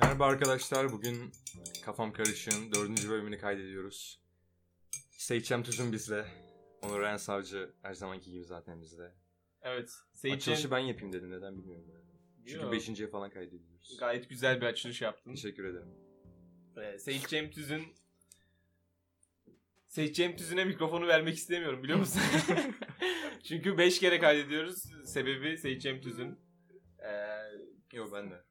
Merhaba arkadaşlar, bugün Kafam Karışık'ın dördüncü bölümünü kaydediyoruz. Seyitçem Tüzün bizle. Onur Eren Savcı her zamanki gibi zaten bizle. Evet. Açılışı Seyit'in ben yapayım dedim, neden bilmiyorum. yani. Çünkü Yo, beşinciye falan kaydediyoruz. gayet güzel bir açılış yaptın. Teşekkür ederim. Ee, Seyit Cem Tüz'ün Seyit Cem Tüz'üne mikrofonu vermek istemiyorum biliyor musun? Çünkü 5 kere kaydediyoruz. Sebebi Seyit Cem Tüz'ün. Ee, Yo ben de.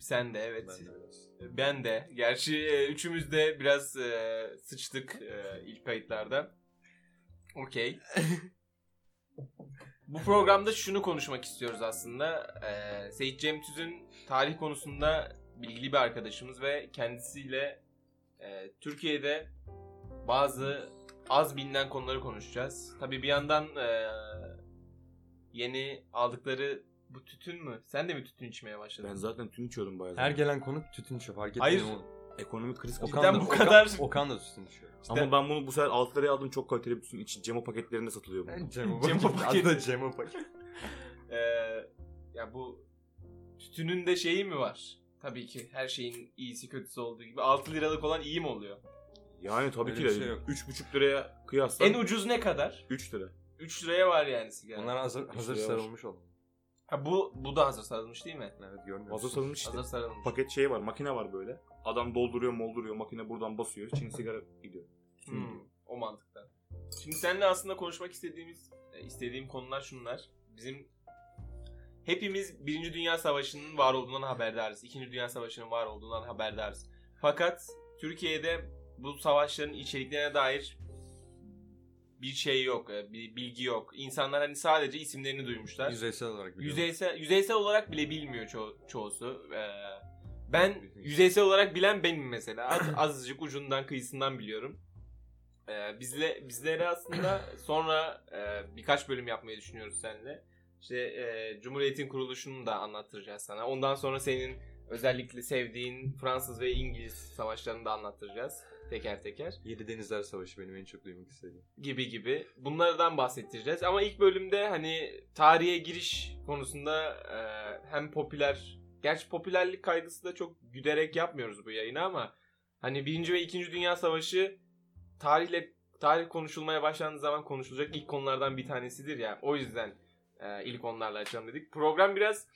sen de evet. Ben de biraz. Ben de. Gerçi e, üçümüz de biraz e, sıçtık e, ilk kayıtlarda. Okey. Bu programda şunu konuşmak istiyoruz aslında. E, Seyit Cem Tüz'ün tarih konusunda bilgili bir arkadaşımız ve kendisiyle e, Türkiye'de bazı az bilinen konuları konuşacağız. Tabii bir yandan e, yeni aldıkları bu tütün mü? Sen de mi tütün içmeye başladın? Ben zaten tüm içiyordum bayağı. Her Her gelen konuk tütün içiyor, fark ettim. Hayır. ekonomik kriz Okan Cidden da, bu Okan- kadar- Okan, da tütün içiyor. Ama ben bunu bu sefer 6 liraya aldım çok kaliteli bir tütün için. Cemo paketlerinde satılıyor bu. Cemo Cemo Paket. Paket. Adı da Cemo Paket. Ee, ya bu tütünün de şeyi mi var? Tabii ki her şeyin iyisi kötüsü olduğu gibi 6 liralık olan iyi mi oluyor? Yani tabii Öyle ki bir de. şey yok. 3,5 liraya kıyasla En ucuz ne kadar? 3 lira. 3 liraya var yani sigara. Onlar hazır, hazır Şey sarılmış oldu. Ha, bu bu da hazır sarılmış değil mi? Evet görmüyorsun. Hazır satılmış işte. Hazır sarılmış. Paket şeyi var makine var böyle. Adam dolduruyor molduruyor makine buradan basıyor. Çin sigara gidiyor. Tütün gidiyor. Hmm, o mantıkta. Şimdi seninle aslında konuşmak istediğimiz, e, istediğim konular şunlar. Bizim hepimiz Birinci Dünya Savaşı'nın var olduğundan haberdarız. İkinci Dünya Savaşı'nın var olduğundan haberdarız. Fakat Türkiye'de bu savaşların içeriklerine dair bir şey yok, e, bir bilgi yok. İnsanlar hani sadece isimlerini duymuşlar. Yüzeysel olarak biliyorum. Yüzeysel, yüzeysel olarak bile bilmiyor ço- çoğusu. Ee, ben Bilmiyorum. yüzeysel olarak bilen benim mesela. Az, azıcık ucundan kıyısından biliyorum. Ee, bizle bizlere aslında sonra e, birkaç bölüm yapmayı düşünüyoruz seninle. İşte e, Cumhuriyet'in kuruluşunu da anlattıracağız sana. Ondan sonra senin özellikle sevdiğin Fransız ve İngiliz savaşlarını da anlattıracağız teker teker Yedi Denizler Savaşı benim en çok duymak istediğim. gibi gibi. Bunlardan bahsedeceğiz. Ama ilk bölümde hani tarihe giriş konusunda e, hem popüler... Gerçi popülerlik kaygısı da çok güderek yapmıyoruz bu yayını ama hani Birinci ve İkinci Dünya Savaşı tarihle tarih konuşulmaya başlandığı zaman konuşulacak ilk konulardan bir tanesidir ya. O yüzden e, ilk onlarla açalım dedik. Program biraz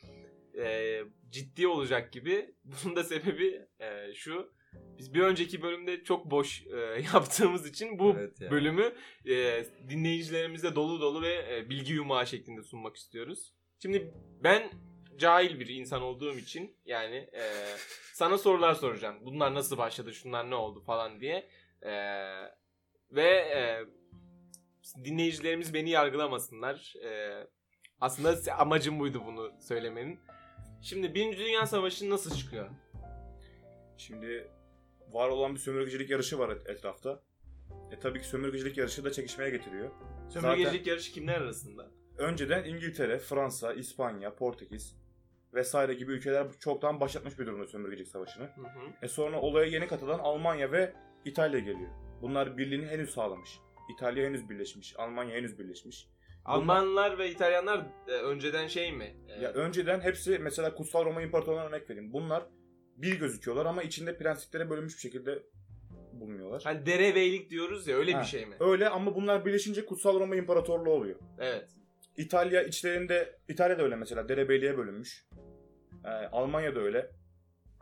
e, ciddi olacak gibi. Bunun da sebebi e, şu. Biz bir önceki bölümde çok boş e, yaptığımız için bu Evet ya. bölümü e, dinleyicilerimize dolu dolu ve e, bilgi yumağı şeklinde sunmak istiyoruz. Şimdi ben cahil bir insan olduğum için yani e, sana sorular soracağım. Bunlar nasıl başladı, şunlar ne oldu falan diye. E, ve e, dinleyicilerimiz beni yargılamasınlar. E, aslında amacım buydu bunu söylemenin. Şimdi Birinci Dünya Savaşı nasıl çıkıyor? Şimdi var olan bir sömürgecilik yarışı var et- etrafta. E tabii ki sömürgecilik yarışı da çekişmeye getiriyor. Sömürgecilik yarışı kimler arasında? önceden İngiltere, Fransa, İspanya, Portekiz vesaire gibi ülkeler çoktan başlatmış bir durumda sömürgecilik savaşını. Hı hı. E sonra olaya yeni katılan Almanya ve İtalya geliyor. Bunlar birliğini henüz sağlamış. İtalya henüz birleşmiş, Almanya henüz birleşmiş. Almanlar ve İtalyanlar e, önceden şey mi? E, Ya önceden hepsi mesela Kutsal Roma İmparatorluğu'na örnek vereyim. Bunlar bir gözüküyorlar ama içinde prensliklere bölünmüş bir şekilde bulunuyorlar. Hani derebeylik diyoruz ya öyle Ha. bir şey mi? Öyle ama bunlar birleşince Kutsal Roma İmparatorluğu oluyor. Evet. İtalya içlerinde İtalya da öyle mesela derebeyliğe bölünmüş. Ee, Almanya da öyle.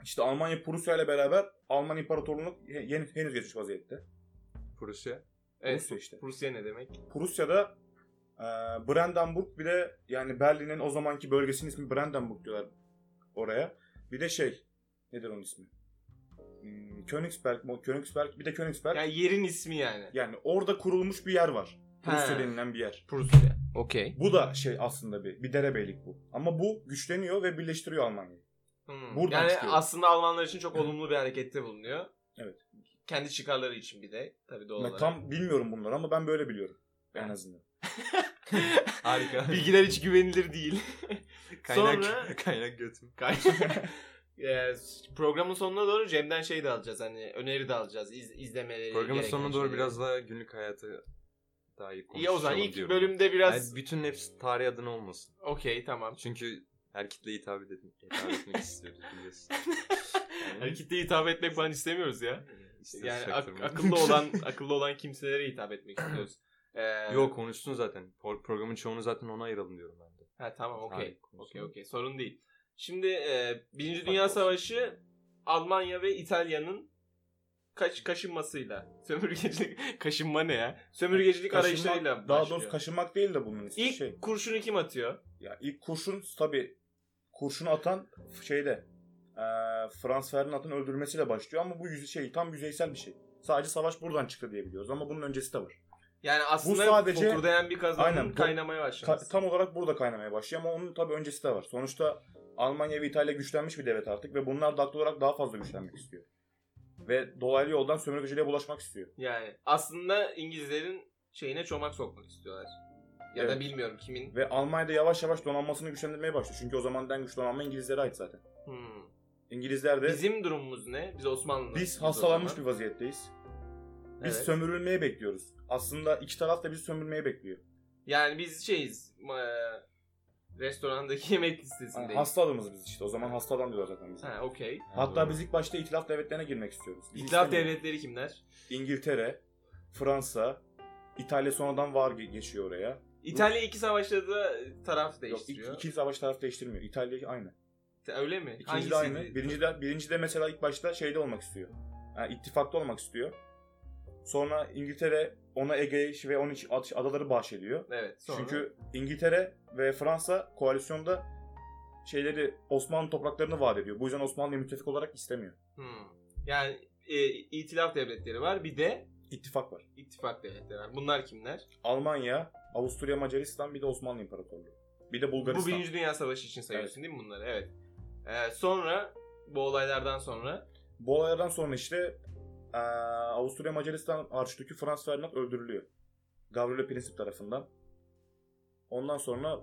İşte Almanya Prusya ile beraber Alman İmparatorluğunu he- yeni- henüz geçmiş vaziyette. Prusya. evet. Prusya işte. Prusya ne demek? Prusya'da e, Brandenburg bir de yani Berlin'in o zamanki bölgesinin ismi Brandenburg diyorlar oraya. Bir de şey nedir onun ismi? Hmm, Königsberg, mi? Königsberg bir de Königsberg. Yani, Yani yerin ismi yani. orada kurulmuş bir yer var. Prusya He. denilen bir yer. Prusya. Okey. Bu da şey aslında bir bir derebeylik bu. Ama bu güçleniyor ve birleştiriyor Almanya'yı. Hmm. Buradan yani çıkıyor. aslında Almanlar için çok olumlu bir harekette bulunuyor. Evet. Kendi çıkarları için bir de tabii doğal Ben olarak. tam bilmiyorum bunları ama ben böyle biliyorum. En Evet. azından. Harika. Bilgiler hiç güvenilir değil. Kaynak, Sonra- kaynak götüm. Ee, programın sonuna doğru Cem'den şey de alacağız hani öneri de alacağız iz, izlemeleri Programın gereken sonuna doğru şeyleri. biraz daha günlük hayatı dair konuşalım İyi o zaman ilk diyorum. bölümde biraz Yani bütün hepsi tarih adına olmasın. okey tamam. Çünkü her kitleye hitap, ed- hitap etmek istiyoruz biliyorsun. Yani Hani kitleye hitap etmek falan istemiyoruz ya. Yani İstatistik ak- sektörü. akıllı olan akıllı olan kimselere hitap etmek istiyoruz. Ee, Yok konuştun zaten. Pro- programın çoğunu zaten ona ayıralım diyorum ben de. Ha tamam okey. Tarih konusunda. Okey okey sorun değil. Şimdi e, Birinci Fark Dünya olsun. Savaşı Almanya ve İtalya'nın kaç kaşınmasıyla sömürgecilik kaşınma ne ya? Sömürgecilik arayışlarıyla Kaşınmak, daha başlıyor. doğrusu kaşınmak değil de bunun ismi İlk şey. kurşunu kim atıyor? Ya ilk kurşun tabi kurşunu atan şeyde e, Frans Ferdinand'ın öldürülmesiyle başlıyor ama bu yüz, şey tam yüzeysel bir şey. Sadece savaş buradan çıktı diyebiliyoruz ama bunun öncesi de var. Yani aslında sadece- fokurdayan bir kazanın Aynen, bu- kaynamaya Ta- başlaması. tam olarak burada kaynamaya başlıyor ama onun tabii öncesi de var. Sonuçta Almanya ve İtalya güçlenmiş bir devlet artık ve bunlar da haklı olarak daha fazla güçlenmek istiyor. Ve dolaylı yoldan sömürgeciliğe bulaşmak istiyor. Yani aslında İngilizlerin şeyine çomak sokmak istiyorlar. Ya da Evet. bilmiyorum kimin. Ve Almanya'da yavaş yavaş donanmasını güçlendirmeye başlıyor. Çünkü o zaman en güçlü donanma İngilizlere ait zaten. Hmm. İngilizler de Bizim durumumuz ne? Biz Osmanlı. biz hastalanmış bir vaziyetteyiz. Biz Evet. sömürülmeye bekliyoruz. Aslında iki taraf da bizi sömürmeye bekliyor. Yani biz şeyiz. ma- restorandaki yemek listesindeyiz. Yani hasta adamız biz işte. O zaman hasta adam diyorlar zaten bize. Ha okey. Hatta doğru. biz ilk başta itilaf devletlerine girmek istiyoruz. Biz İtilaf istemiyoruz. devletleri kimler? İngiltere, Fransa, İtalya sonradan var ge- geçiyor oraya. İtalya iki savaşta da taraf Yok değiştiriyor. iki, iki savaş taraf değiştirmiyor. İtalya aynı. Öyle mi? İkinci de aynı. Birinci de, birinci de mesela ilk başta şeyde olmak istiyor. Yani ittifakta olmak istiyor. Sonra İngiltere ona Ege ve 13 at- adaları bahşediyor. Evet. Sonra... Çünkü İngiltere ve Fransa koalisyonda şeyleri Osmanlı topraklarını vaat ediyor. Bu yüzden Osmanlı'yı müttefik olarak istemiyor. Hmm. Yani e, itilaf devletleri var. Bir de İttifak var. ittifak devletleri var. Bunlar kimler? Almanya, Avusturya, Macaristan bir de Osmanlı İmparatorluğu. Bir de Bulgaristan. Bu Birinci Dünya Savaşı için sayıyorsun değil mi bunları? Evet. Ee, sonra bu olaylardan sonra Bu olaylardan sonra işte eee, Avusturya Macaristan Arşidükü Frans Ferdinand öldürülüyor. Gavrilo Prinsip tarafından. Ondan sonra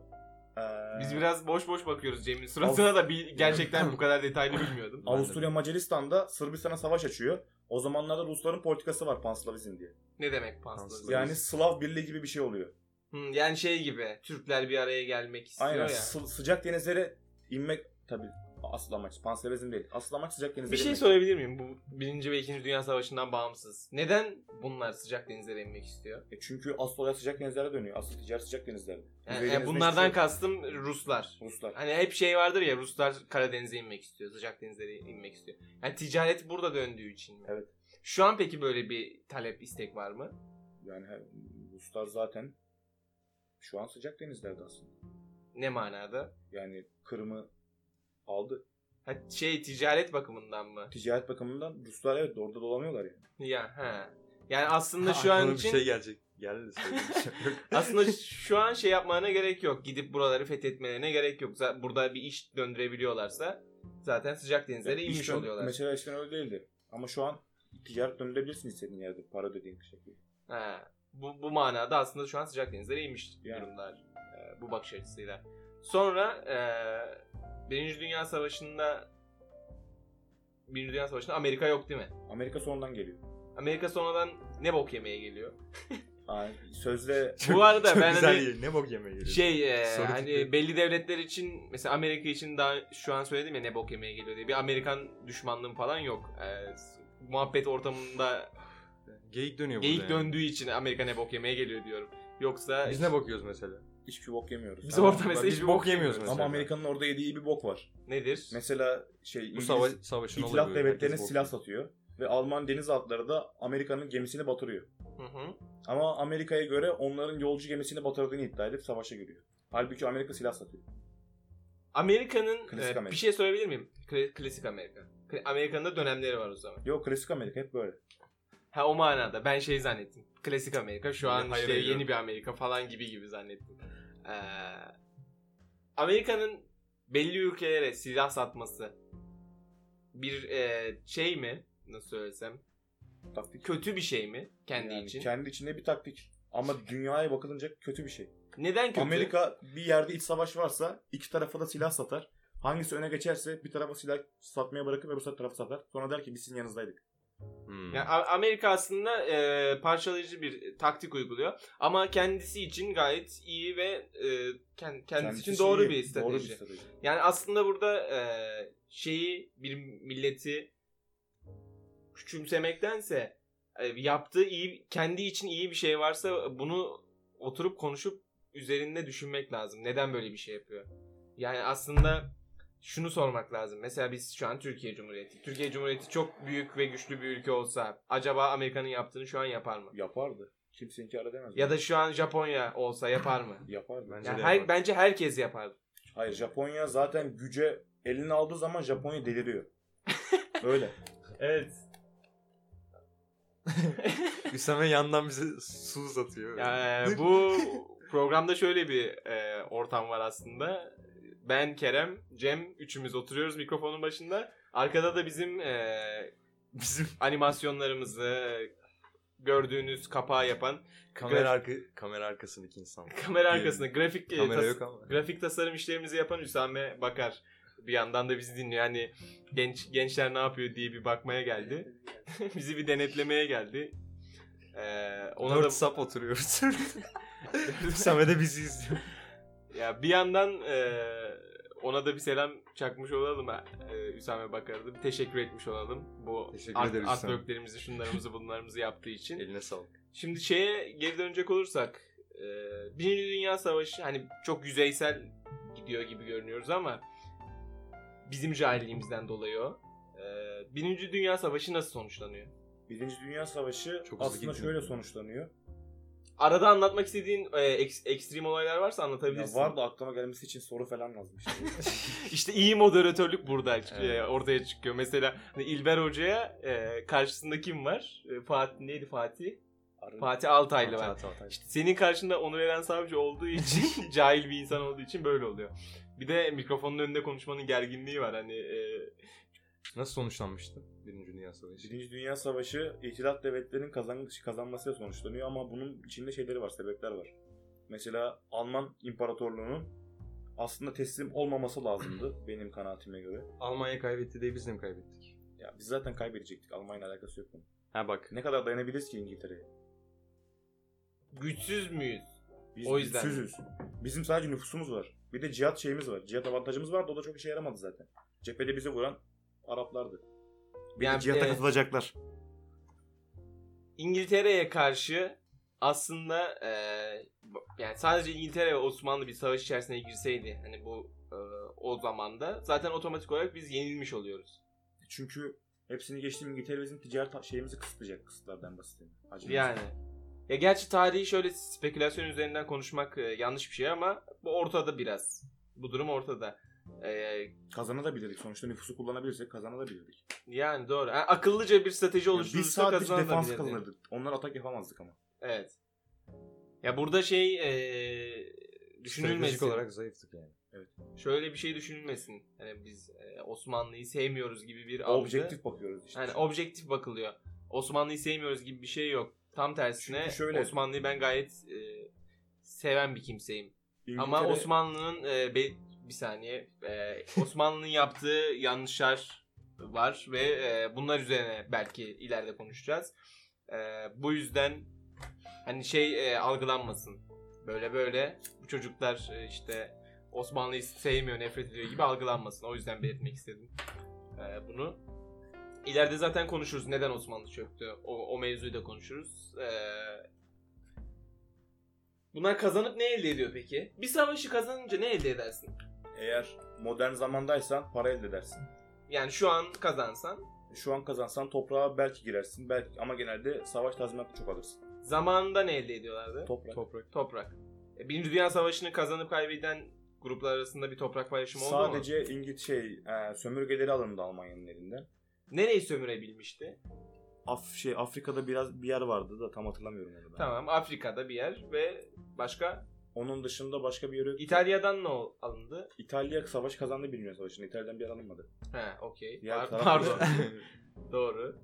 eee, biz biraz boş boş bakıyoruz Cem'in suratına da bir gerçekten bu kadar detaylı bilmiyordum. Avusturya Macaristan'da Sırbistan'a savaş açıyor. O zamanlarda Rusların politikası var panslavizm diye. Ne demek panslavizm? Yani Slav Birliği gibi bir şey oluyor. Hmm, yani şey gibi Türkler bir araya gelmek istiyor Aynen ya. sı- sıcak denizlere inmek tabii asıl amaç panslavizm değil. Asıl amaç sıcak denizlere Bir şey inmek. sorabilir miyim? Bu Birinci ve İkinci Dünya Savaşı'ndan bağımsız. Neden bunlar sıcak denizlere inmek istiyor? E çünkü asıl olay sıcak denizlere dönüyor. Asıl ticaret sıcak denizlerde. Yani, Kuzey yani denizde bunlardan hiçbir şey kastım Ruslar. yok. Ruslar. Hani hep şey vardır ya Ruslar Karadeniz'e inmek istiyor, sıcak denizlere inmek istiyor. Yani ticaret burada döndüğü için mi? Evet. Şu an peki böyle bir talep, istek var mı? Yani he- Ruslar zaten şu an sıcak denizlerde aslında. Ne manada? Yani Kırım'ı aldı. Ha, şey ticaret bakımından mı? Ticaret bakımından Ruslar evet orada dolanıyorlar yani. Ya ha. Yani aslında şu Aklıma an bir için şey gelecek. Geldi de söyleyeyim. aslında şu an şey yapmana gerek yok. Gidip buraları fethetmelerine gerek yok. Zaten burada bir iş döndürebiliyorlarsa zaten sıcak denizlere Yani inmiş ilk dön- oluyorlar. Mesela eskiden öyle değildi. Ama şu an ticaret döndürebilirsin istediğin yerde para ödediğin şekilde. Ha, bu, bu manada aslında şu an sıcak denizlere inmiş Yani. durumlar e, bu bakış açısıyla. Sonra e, Birinci Dünya Savaşı'nda Birinci Dünya Savaşı'nda Amerika yok değil mi? Amerika sonradan geliyor. Amerika sonradan ne bok yemeye geliyor. Yani sözde Bu arada çok ben güzel hani- yeri. Ne bok yemeye geliyor. Şey e, Soru hani tipi. belli devletler için mesela Amerika için daha şu an söyledim ya ne bok yemeye geliyor diye bir Amerikan düşmanlığım falan yok. E, s- muhabbet ortamında Geyik dönüyor burada. yani. geyik döndüğü için Amerika ne bok yemeye geliyor diyorum. Yoksa Biz ne bakıyoruz mesela? hiçbir bok yemiyoruz. Biz Ama- orada mesela biz hiçbir bok yemiyoruz yemiyoruz. mesela. Ama Amerika'nın orada yediği iyi bir bok var. nedir? Mesela şey Bu İngiliz savaş, savaşın olayı. itilaf böyle. devletlerine Herkes bok silah yiyor. satıyor. Ve Alman denizaltıları da Amerika'nın gemisini batırıyor. Hı hı. Ama Amerika'ya göre onların yolcu gemisini batırdığını iddia edip savaşa giriyor. Halbuki Amerika silah satıyor. Amerika'nın Klasik e, Amerika. bir şey söyleyebilir miyim? Kla- klasik Amerika. Kla- Amerika'nın da dönemleri var o zaman. Yok klasik Amerika hep böyle. Ha o manada ben şey zannettim. Klasik Amerika şu an Hayır, işte şey hayır. yeni bir Amerika falan gibi gibi zannettim. Ee, Amerika'nın belli ülkelere silah satması bir e, şey mi? Nasıl söylesem? Taktik. Kötü bir şey mi kendi Yani için? Kendi içinde bir taktik. Ama dünyaya bakılınca kötü bir şey. Neden kötü? Amerika bir yerde iç savaş varsa iki tarafa da silah satar. Hangisi öne geçerse bir tarafa silah satmaya bırakır ve bu tarafı satar. Sonra der ki biz sizin yanınızdaydık. Hmm. Yani A- Amerika aslında e, parçalayıcı bir taktik uyguluyor ama kendisi için gayet iyi ve e, kend- kendisi, Kendisi şey için doğru iyi, bir strateji. Doğru bir strateji. Yani aslında burada e, şeyi bir milleti küçümsemektense e, yaptığı iyi kendi için iyi bir şey varsa bunu oturup konuşup üzerinde düşünmek lazım. Neden böyle bir şey yapıyor? Yani aslında şunu sormak lazım. Mesela biz şu an Türkiye Cumhuriyeti. Türkiye Cumhuriyeti çok büyük ve güçlü bir ülke olsa acaba Amerika'nın yaptığını şu an yapar mı? Yapardı. Kimse inkar edemez. Ya da şu an Japonya olsa yapar mı? yapardı. Bence Yani de her- yapar. bence herkes yapar. Hayır Japonya zaten güce elini aldığı zaman Japonya deliriyor. Öyle. Evet. Hüsame yandan bize su uzatıyor. Yani e, bu programda şöyle bir e, ortam var aslında. Ben, Kerem, Cem üçümüz oturuyoruz mikrofonun başında. Arkada da bizim e, Bizim animasyonlarımızı gördüğünüz kapağı yapan kamera, arka, kamera arkasındaki insan. kamera arkasında grafik e, Kamera tas- yok ama. grafik tasarım işlerimizi yapan Hüsame Bakar. Bir yandan da bizi dinliyor. Yani genç gençler ne yapıyor diye bir bakmaya geldi. bizi bir denetlemeye geldi. E, ona Dört da sap oturuyoruz. Hüsame de bizi izliyor. Ya bir yandan e, ona da bir selam çakmış olalım e, Hüsame Bakar'a da bir teşekkür etmiş olalım. Bu Teşekkür art, ederiz Hüsame. artworklerimizi, şunlarımızı, bunlarımızı yaptığı için. Eline sağlık. Şimdi şeye geri dönecek olursak e, Birinci Dünya Savaşı hani çok yüzeysel gidiyor gibi görünüyoruz ama bizim cahilliğimizden dolayı o. E, Birinci Dünya Savaşı nasıl sonuçlanıyor? Birinci Dünya Savaşı Çok hızlı aslında gitti. şöyle sonuçlanıyor. Arada anlatmak istediğin e, eks- ekstrem olaylar varsa Ya anlatabilirsin. var da aklıma gelmesi için soru falan lazım işte. İşte iyi moderatörlük burada Evet. e, ortaya çıkıyor. Mesela hani İlber Hoca'ya e, karşısında kim var? E, Fatih neydi Fatih? Arın- Fatih Altaylı Hata, var. hata, hata. İşte senin karşında Onur Eren Savcı olduğu için cahil bir insan olduğu için böyle oluyor. Bir de mikrofonun önünde konuşmanın gerginliği var. Hani e, Nasıl sonuçlanmıştı Birinci Dünya Savaşı? Birinci Dünya Savaşı İtilaf devletlerinin kazan kazanmasıyla sonuçlanıyor ama bunun içinde şeyleri var, sebepler var. Mesela Alman İmparatorluğu'nun aslında teslim olmaması lazımdı benim kanaatime göre. Almanya kaybetti diye biz de mi kaybettik? Ya biz zaten kaybedecektik. Almanya'yla alakası yok bunun. Ha bak. Ne kadar dayanabiliriz ki İngiltere'ye? güçsüz müyüz? Biz O yüzden. güçsüzüz. Bizim sadece nüfusumuz var. Bir de cihat şeyimiz var. Cihat avantajımız vardı. O da çok işe yaramadı zaten. Cephede bizi vuran Araplardı. Bir Yani, de cihata e, katılacaklar. İngiltere'ye karşı aslında e, yani sadece İngiltere ve Osmanlı bir savaş içerisine girseydi hani bu e, o zamanda zaten otomatik olarak biz yenilmiş oluyoruz. Çünkü hepsini geçtiğim İngiltere bizim ticaret şeyimizi kısıtlayacak kısıtlardan basit. Hacmimizi. Yani. Ya gerçi tarihi şöyle spekülasyon üzerinden konuşmak e, yanlış bir şey ama bu ortada biraz. Bu durum ortada. E, Kazanabilirdik sonuçta nüfusu kullanabilirsek kazanabilirdik. yani doğru. Ha, akıllıca bir strateji Yani biz oluşturulursa sadece defans kazanılabilir. kazanırdık. Onlar atak yapamazdık ama. Evet. Ya burada şey e, Stratejik düşünülmesin. olarak zayıftık yani. Şöyle bir şey düşünülmesin. Hani biz e, Osmanlı'yı sevmiyoruz gibi bir algı. Objektif bakıyoruz işte. Yani objektif bakılıyor. Osmanlı'yı sevmiyoruz gibi bir şey yok. Tam tersine Çünkü şöyle- Osmanlı'yı ben gayet e, seven bir kimseyim. Ama İngiltere- Osmanlı'nın e, be- bir saniye e, Osmanlı'nın yaptığı yanlışlar var ve e, bunlar üzerine belki ileride konuşacağız. E, bu yüzden hani şey e, algılanmasın. Böyle böyle bu çocuklar e, işte Osmanlı'yı sevmiyor, nefret ediyor gibi algılanmasın. O yüzden belirtmek istedim e, bunu. İleride zaten konuşuruz neden Osmanlı çöktü. O, o mevzuyu da konuşuruz. E, Bunlar kazanıp ne elde ediyor peki? Bir savaşı kazanınca ne elde edersin? eğer modern zamandaysan para elde edersin. Yani şu an kazansan Şu an kazansan toprağa belki girersin. Belki ama genelde savaş tazminatı çok alırsın. zamanında ne elde ediyorlardı? Toprak. Toprak. toprak. E, Birinci Dünya Savaşı'nı kazanıp kaybeden gruplar arasında bir toprak paylaşımı oldu mu? Sadece İngiliz şey e, sömürgeleri alındı Almanya'nın elinden. Nereyi sömürebilmişti? Af şey Afrika'da biraz bir yer vardı da tam hatırlamıyorum onu ben. Tamam Afrika'da bir yer ve başka? Onun dışında başka bir yere yok. İtalya'dan ne ol- alındı? İtalya savaş kazandı Birinci Dünya Savaşı'nda. İtalya'dan bir yer alınmadı. He okey. Diğer Par- taraf- pardon. Doğru.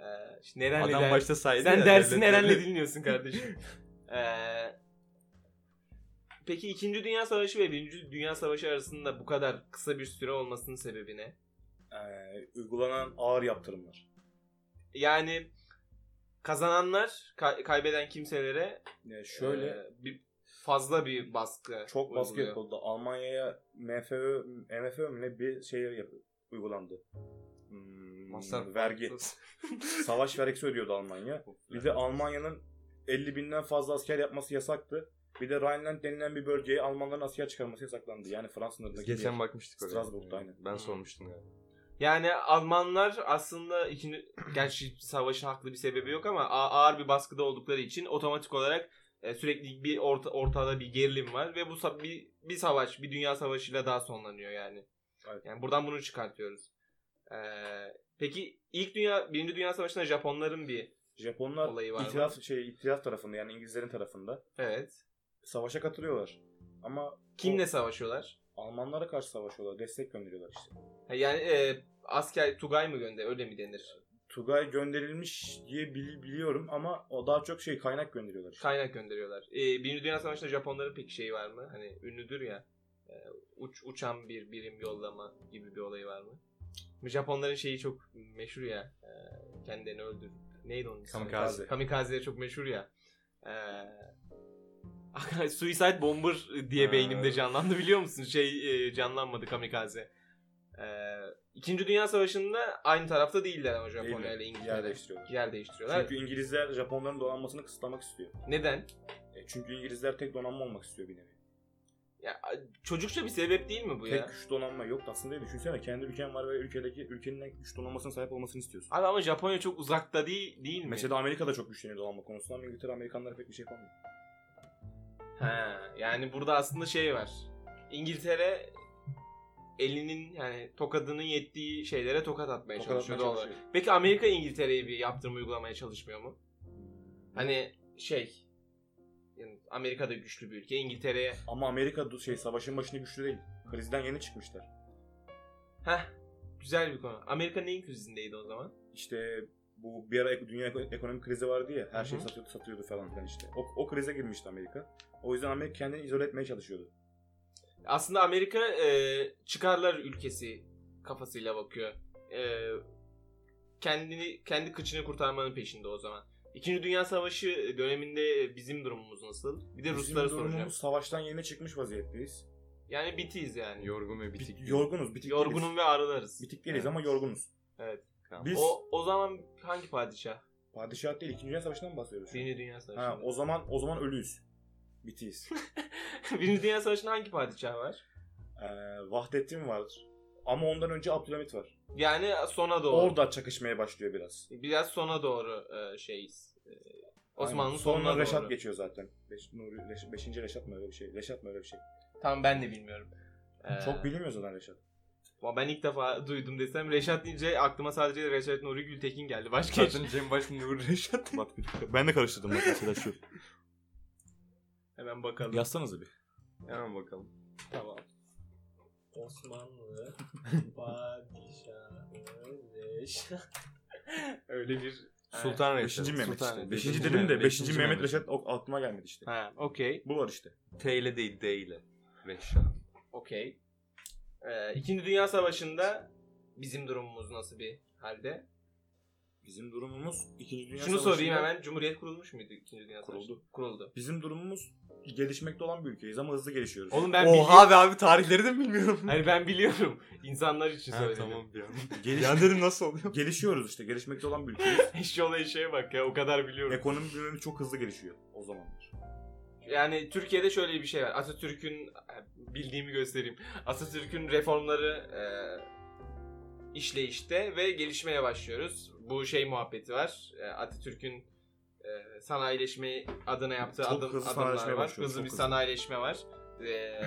Ee, işte Neren'le Adam der- başta saydı Sen ya, dersin devletleri. Eren'le dinliyorsun kardeşim. Ee, peki 2. Dünya Savaşı ve 1. Dünya Savaşı arasında bu kadar kısa bir süre olmasının sebebi ne? E, uygulanan ağır yaptırımlar. Yani kazananlar ka- kaybeden kimselere E, şöyle e, bir fazla bir baskı çok baskı uyguluyor. yapıldı. Almanya'ya MFÖ, MFÖ mü ne bir şey yap- uygulandı. Hmm, Masraf. vergi. Savaş vergisi ödüyordu Almanya. Bir de Almanya'nın 50 binden fazla asker yapması yasaktı. Bir de Rhineland denilen bir bölgeye Almanların asker çıkarması yasaklandı. Yani Fransa'nın Biz sınırındaki geçen bir- bakmıştık oraya. Strasbourg'da aynen. Ben Hı. sormuştum galiba. Yani Almanlar aslında ikinci, gerçi savaşın haklı bir sebebi yok ama a- ağır bir baskıda oldukları için otomatik olarak e, sürekli bir orta, ortada bir gerilim var ve bu sa- bir, bir savaş, bir dünya savaşıyla daha sonlanıyor yani. Evet. Yani buradan bunu çıkartıyoruz. Ee, peki ilk dünya, birinci dünya savaşında Japonların bir Japonlar Olayı var mı? itilaf, şey, itilaf tarafında yani İngilizlerin tarafında evet. savaşa katılıyorlar. Ama Kimle savaşıyorlar? Almanlara karşı savaşıyorlar. Destek gönderiyorlar işte. Ha, Yani e, asker Tugay mı gönder? Öyle mi denir? Tugay gönderilmiş diye bili- biliyorum ama o daha çok şey kaynak gönderiyorlar işte. Kaynak gönderiyorlar. E, Birinci Dünya Savaşı'nda Japonların pek şeyi var mı? Hani ünlüdür ya. e, uç, uçan bir birim yollama gibi bir olayı var mı? Japonların şeyi çok meşhur ya. e, kendini öldür. Neydi onun ismi? Kamikaze. Kamikaze çok meşhur ya. E, Suicide Bomber diye Ha. beynimde canlandı biliyor musun? Şey e, canlanmadı kamikaze. E, İkinci Dünya Savaşı'nda aynı tarafta değiller ama Japonya ile Yer İngiltere. değiştiriyorlar. Yer değiştiriyorlar. Çünkü İngilizler Japonların donanmasını kısıtlamak istiyor. Neden? E, çünkü İngilizler tek donanma olmak istiyor bir nevi. Ya çocukça bir sebep değil mi bu ya? Tek güç donanma yok aslında düşünsene kendi ülken var ve ülkedeki ülkenin en güç donanmasına sahip olmasını istiyorsun. Abi ama Japonya çok uzakta değil değil mi? Mesela Amerika'da çok güçleniyor donanma konusunda ama İngiltere Amerikanlara pek bir şey yapamıyor. He, yani burada aslında şey var. İngiltere elinin yani tokadının yettiği şeylere tokat atmaya Tokat Şey çalışıyor atmaya doğal olarak. çalışıyor. Peki Amerika İngiltere'yi bir yaptırım uygulamaya çalışmıyor mu? Hani şey yani Amerika'da güçlü bir ülke İngiltere'ye Ama Amerika du- şey savaşın başında güçlü değil. Krizden yeni çıkmışlar. heh güzel bir konu. Amerika neyin krizindeydi o zaman? İşte bu bir ara ek- dünya eko- ekonomik krizi vardı ya her şey Hı hı. satıyordu satıyordu falan filan işte. O, o krize girmişti Amerika. O yüzden Amerika kendini izole etmeye çalışıyordu. Aslında Amerika e, çıkarlar ülkesi kafasıyla bakıyor. E, kendini kendi kıçını kurtarmanın peşinde o zaman. İkinci Dünya Savaşı döneminde e, bizim durumumuz nasıl? Bir de Bizim Ruslara durumumuz soracağım. Savaştan yeni çıkmış vaziyetteyiz. Yani bitiyiz yani. Yorgun ve bitik. Bitik, yorgunuz, bitik değiliz. Yorgunum ve arılarız. Bitik değiliz ama yorgunuz. Tamam. Biz O o zaman hangi padişah? padişah değil, 2. Dünya Savaşı'ndan mı bahsediyoruz? şu an? Birinci Dünya Ha, Savaşı'nda. o zaman o zaman ölüyüz. Bitiyiz. Birinci Dünya Savaşı'nda hangi padişah var? ee, Vahdettin var. Ama ondan önce Abdülhamit var. Yani sona doğru. Orada çakışmaya başlıyor biraz. Biraz sona doğru e, şeyiz. E, Osmanlı Aynen. sonuna sonra doğru. Reşat geçiyor zaten. Beş, Nuri, Reş, beşinci Reşat mı öyle bir şey? Reşat mı öyle bir şey? Tam ben de bilmiyorum. E, Çok bilmiyor zaten Reşat. Ama ben ilk defa duydum desem Reşat deyince aklıma sadece Reşat Nuri Gültekin geldi. Başka hiç. Zaten Cem Başkan Nuri Reşat. Bak bir- ben de karıştırdım bak mesela şu. Hemen bakalım. Yazsanıza bir. Hemen bakalım. Tamam. Osmanlı padişahı Reşat. Öyle bir Sultan Reşat. Beşinci Mehmet Sultan işte. Reşat. Beşinci dedim de beşinci Mehmet Reşat o- aklıma gelmedi işte. Ha, okey. Bu var işte. T ile değil D ile. Reşat. Okey. Ee, İkinci Dünya Savaşı'nda bizim durumumuz nasıl bir halde? Bizim durumumuz 2. Dünya Şunu Savaşı'nda sorayım hemen. Cumhuriyet kurulmuş muydu İkinci Dünya Savaşı? Kuruldu. Kuruldu. Bizim durumumuz gelişmekte olan bir ülkeyiz ama hızlı gelişiyoruz. Oğlum ben biliyorum. Oha be abi tarihleri de mi bilmiyorum? Hani ben biliyorum. İnsanlar için Ha, söyledim. tamam bir an. Geliş- yani dedim nasıl oluyor? gelişiyoruz işte. Gelişmekte olan bir ülkeyiz. Eşi olay şeye bak ya o kadar biliyorum. Ekonomi birbirimiz çok hızlı gelişiyor o zamanlar. Yani Türkiye'de şöyle bir şey var. Atatürk'ün bildiğimi göstereyim. Atatürk'ün reformları e, işleyişte ve gelişmeye başlıyoruz. Bu şey muhabbeti var. E, Atatürk'ün e, sanayileşme adına yaptığı Çok adım, hızlı adımlar sanayileşmeye var. başlıyoruz, Hızlı çok bir hızlı. sanayileşme var. E,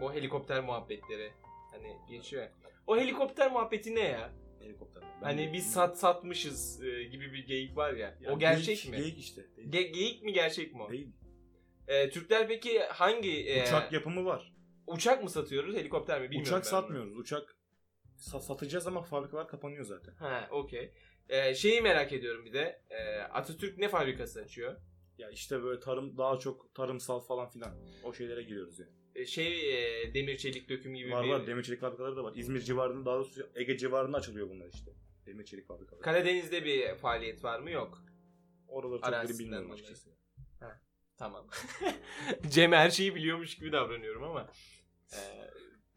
bu helikopter muhabbetleri hani geçiyor. ya. O helikopter muhabbeti ne ya? Helikopter. Hani biz sat satmışız e, gibi bir geyik var ya. Ya o gerçek geyik- mi? Geyik işte. Değil. Ge- geyik mi gerçek mi o? Değil. Ee, Türkler peki hangi e, Uçak yapımı var. uçak mı satıyoruz helikopter mi bilmiyorum. ben Uçak bunu. satmıyoruz. Uçak sa- satacağız ama fabrikalar kapanıyor zaten. Ha okey. Ee, şeyi merak ediyorum bir de Ee, Atatürk ne fabrikası açıyor? Ya işte böyle tarım daha çok tarımsal falan filan o şeylere giriyoruz yani. Ee, şey e, demir çelik döküm gibi Var bir var demir çelik fabrikaları da var. İzmir civarında daha doğrusu Ege civarında açılıyor bunlar işte. Demir çelik fabrikaları. Karadeniz'de bir faaliyet var mı? Yok. Oraları çok Arazisinden biri bilmiyorum dolayı. açıkçası. Tamam. Cem her şeyi biliyormuş gibi davranıyorum ama e,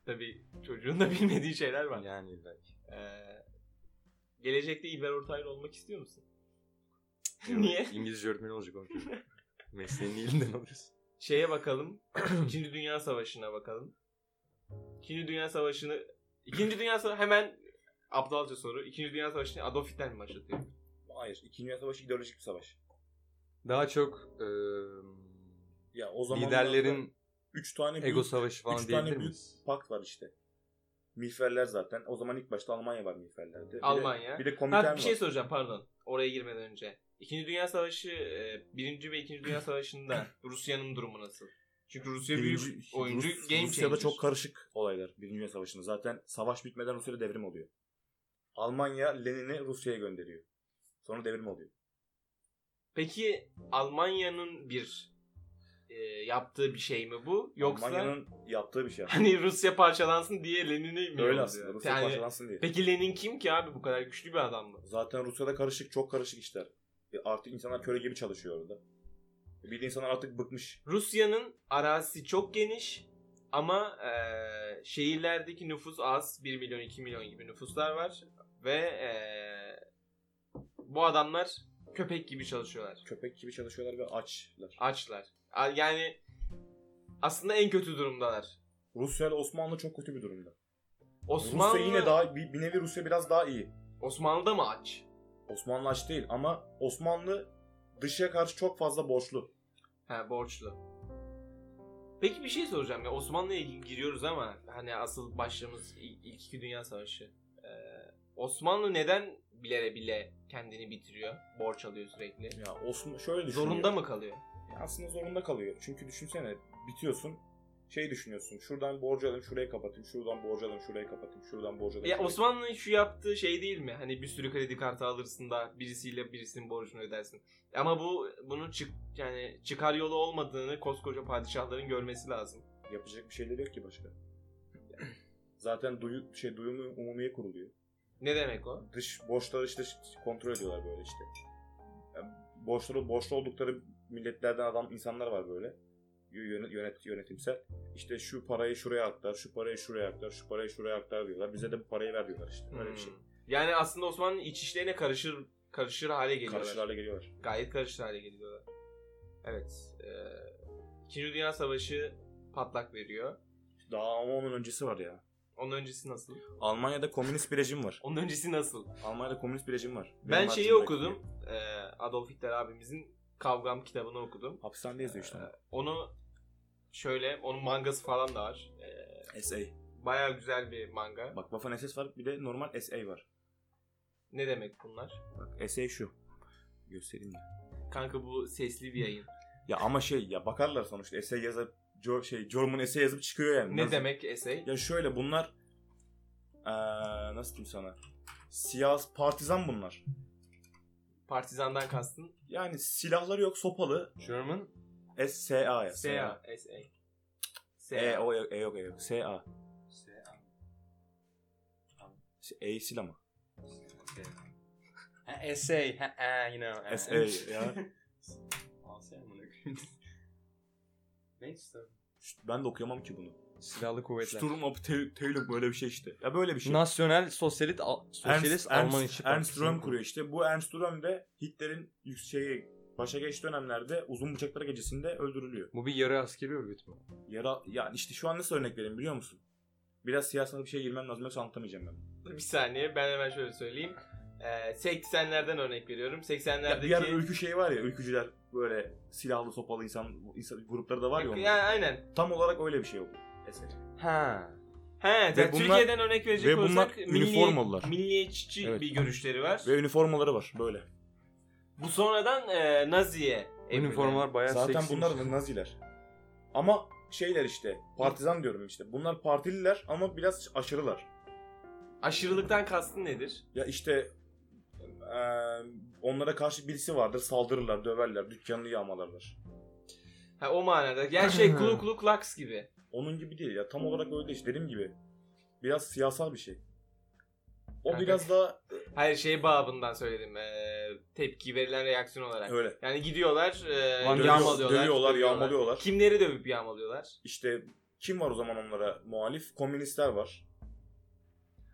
tabii çocuğun da bilmediği şeyler var. Yani belki. Ee, Gelecekte İlber Ortaylı olmak istiyor musun? Niye? İngilizce öğretmeni olacak oğlum. Mesleğini elinden alıyorsun. Şeye bakalım. İkinci Dünya Savaşı'na bakalım. İkinci Dünya Savaşı'nı... İkinci Dünya Savaşı hemen aptalca soru. İkinci Dünya Savaşı'nı Adolf Hitler mi başlatıyor? Hayır. İkinci Dünya Savaşı ideolojik bir savaş. Daha çok eee, Ya o zaman liderlerin 3 tane büyük ego savaşı falan üç tane diyebilir büyük- miyiz? pakt var işte. Mihferler zaten. O zaman ilk başta Almanya var Mihferler'de. Bir de- Almanya. Bir de komiten Ha, bir şey var. soracağım pardon. Oraya girmeden önce. İkinci Dünya Savaşı, e, Birinci ve İkinci Dünya Savaşı'nda Rusya'nın durumu nasıl? Çünkü Rusya büyük Birinci- oyuncu, Rus- game Rusya'da changer. çok karışık olaylar Birinci Dünya Savaşı'nda. Zaten savaş bitmeden Rusya'da devrim oluyor. Almanya Lenin'i Rusya'ya gönderiyor. Sonra devrim oluyor. Peki Almanya'nın bir e, yaptığı bir şey mi bu? Yoksa Almanya'nın yaptığı bir şey. hani Rusya parçalansın diye Lenin'i mi Öyle yolluyor? aslında. Rusya Yani- parçalansın diye. Peki Lenin kim ki abi bu kadar güçlü bir adam mı? Zaten Rusya'da karışık, çok karışık işler. E, Artık insanlar köle gibi çalışıyor orada. E, Bir de insanlar artık bıkmış. Rusya'nın arazisi çok geniş ama eee, şehirlerdeki nüfus az. 1 milyon 2 milyon gibi nüfuslar var ve eee, bu adamlar köpek gibi çalışıyorlar. Köpek gibi çalışıyorlar ve açlar. Açlar. A- Yani aslında en kötü durumdalar. Rusya ile Osmanlı çok kötü bir durumda. Osmanlı Rusya yine daha bir, bir nevi Rusya biraz daha iyi. Osmanlı'da mı aç? Osmanlı aç değil ama Osmanlı dışa karşı çok fazla borçlu. He borçlu. Peki bir şey soracağım ya Osmanlı'ya gi- giriyoruz ama hani asıl başlığımız İ- ilk iki dünya savaşı. Ee, Osmanlı neden bilere bile kendini bitiriyor? Borç alıyor sürekli. Ya Osman şöyle düşünüyor. Zorunda mı kalıyor? Ya aslında zorunda kalıyor. Çünkü düşünsene bitiyorsun. Şey düşünüyorsun. Şuradan borcu alayım şurayı kapatayım. Şuradan borcu alayım şurayı kapatayım. Şuradan borcu alayım. Ya şurayı- Osmanlı'nın şu yaptığı şey değil mi? Hani bir sürü kredi kartı alırsın da birisiyle birisinin borcunu ödersin. Ama bu bunun çık yani çıkar yolu olmadığını koskoca padişahların görmesi lazım. Yapacak bir şeyleri yok ki başka. Yani Zaten duyu, şey duyumu umumiye kuruluyor. Ne demek o? Dış borçları işte kontrol ediyorlar böyle işte. Yani borçları borçlu oldukları milletlerden adam insanlar var böyle. Yönet, yönet yönetimsel. İşte şu parayı şuraya aktar, şu parayı şuraya aktar, şu parayı şuraya aktar diyorlar. Bize de bu parayı ver diyorlar işte. Öyle bir şey. Hmm. Yani aslında Osmanlı'nın iç işlerine karışır karışır hale geliyorlar. Karışır hale geliyorlar. gayet karışık hale geliyorlar. Evet. E, İkinci Dünya Savaşı patlak veriyor. Daha ama onun öncesi var ya. Onun öncesi nasıl? Almanya'da komünist bir rejim var. Onun öncesi nasıl? Almanya'da komünist bir rejim var. ben Weimar şeyi Cumhuriyeti okudum. diye. E, Adolf Hitler abimizin Kavgam kitabını okudum. Hapishanede yazıyor işte. Onu şöyle, onun mangası falan da var. E, SA. Baya güzel bir manga. Bak Waffen SS var bir de normal SA var. Ne demek bunlar? Bak SA şu. Göstereyim ya. Kanka bu sesli bir yayın. Ya ama şey ya bakarlar sonuçta SA yazıp Jo- şey German SA yazıp çıkıyor yani. Ne Nasıl- demek essay? Ya şöyle bunlar eee, nasıl diyeyim sana? Siyas partizan bunlar. Partizandan kastın. Yani silahları yok sopalı. German SA ya. SA. SA. E, SA. o yok, e yok, e yok. SA. E silah mı? Essay, ha, ha, you know. ha. SA ya. Alsana amına koyayım. Neyse. Şşt, Ben de okuyamam ki bunu. Silahlı kuvvetler. Sturm of Te- Teilung böyle bir şey işte. Ya böyle bir şey. Nasyonel Sosyalist, Al- Sosyalist Ernst, Alman Ernst, İşçi Ernst Partisi'ni Röhm kuruyor işte. Bu Ernst Röhm de Hitler'in yükseği başa geçtiği dönemlerde uzun bıçaklar gecesinde öldürülüyor. Bu bir yarı askeri örgüt mü? Yara, ya işte şu an nasıl örnek vereyim biliyor musun? Biraz siyasal bir şeye girmem lazım yoksa anlatamayacağım ben. Bir saniye ben hemen şöyle söyleyeyim. Ee, 80'lerden örnek veriyorum. Ya bir ara 80'lerdeki ülkü şeyi var ya ülkücüler böyle silahlı sopalı insan, insan grupları da var ya Yok, onun. yani aynen. Tam olarak öyle bir şey yok. Eser. Ha. He, yani bunlar- Türkiye'den örnek verecek ve bunlar olursak üniformalılar. milliyetçi Evet. bir görüşleri var. Ve üniformaları var böyle. Bu sonradan e, Nazi'ye evrilen. Üniformalar bayağı Zaten seksi. bunlar Naziler. Ama şeyler işte partizan diyorum işte. Bunlar partililer ama biraz aşırılar. aşırılıktan kastın nedir? Ya işte eee, onlara karşı birisi vardır saldırırlar, döverler, dükkanını yağmalarlar. Ha o manada. Yani şey Ku Klux Klux gibi. Onun gibi değil ya tam olarak öyle işte dediğim gibi. Biraz siyasal bir şey. O Kanka. biraz daha Hayır şey babından söyledim. E, tepki verilen reaksiyon olarak. öyle. Yani gidiyorlar, e, Lan Dövüyor- yağmalıyorlar. dövüyorlar, dövüyorlar. yağmalıyorlar. Kimleri dövüp yağmalıyorlar? İşte kim var o zaman onlara muhalif? Komünistler var.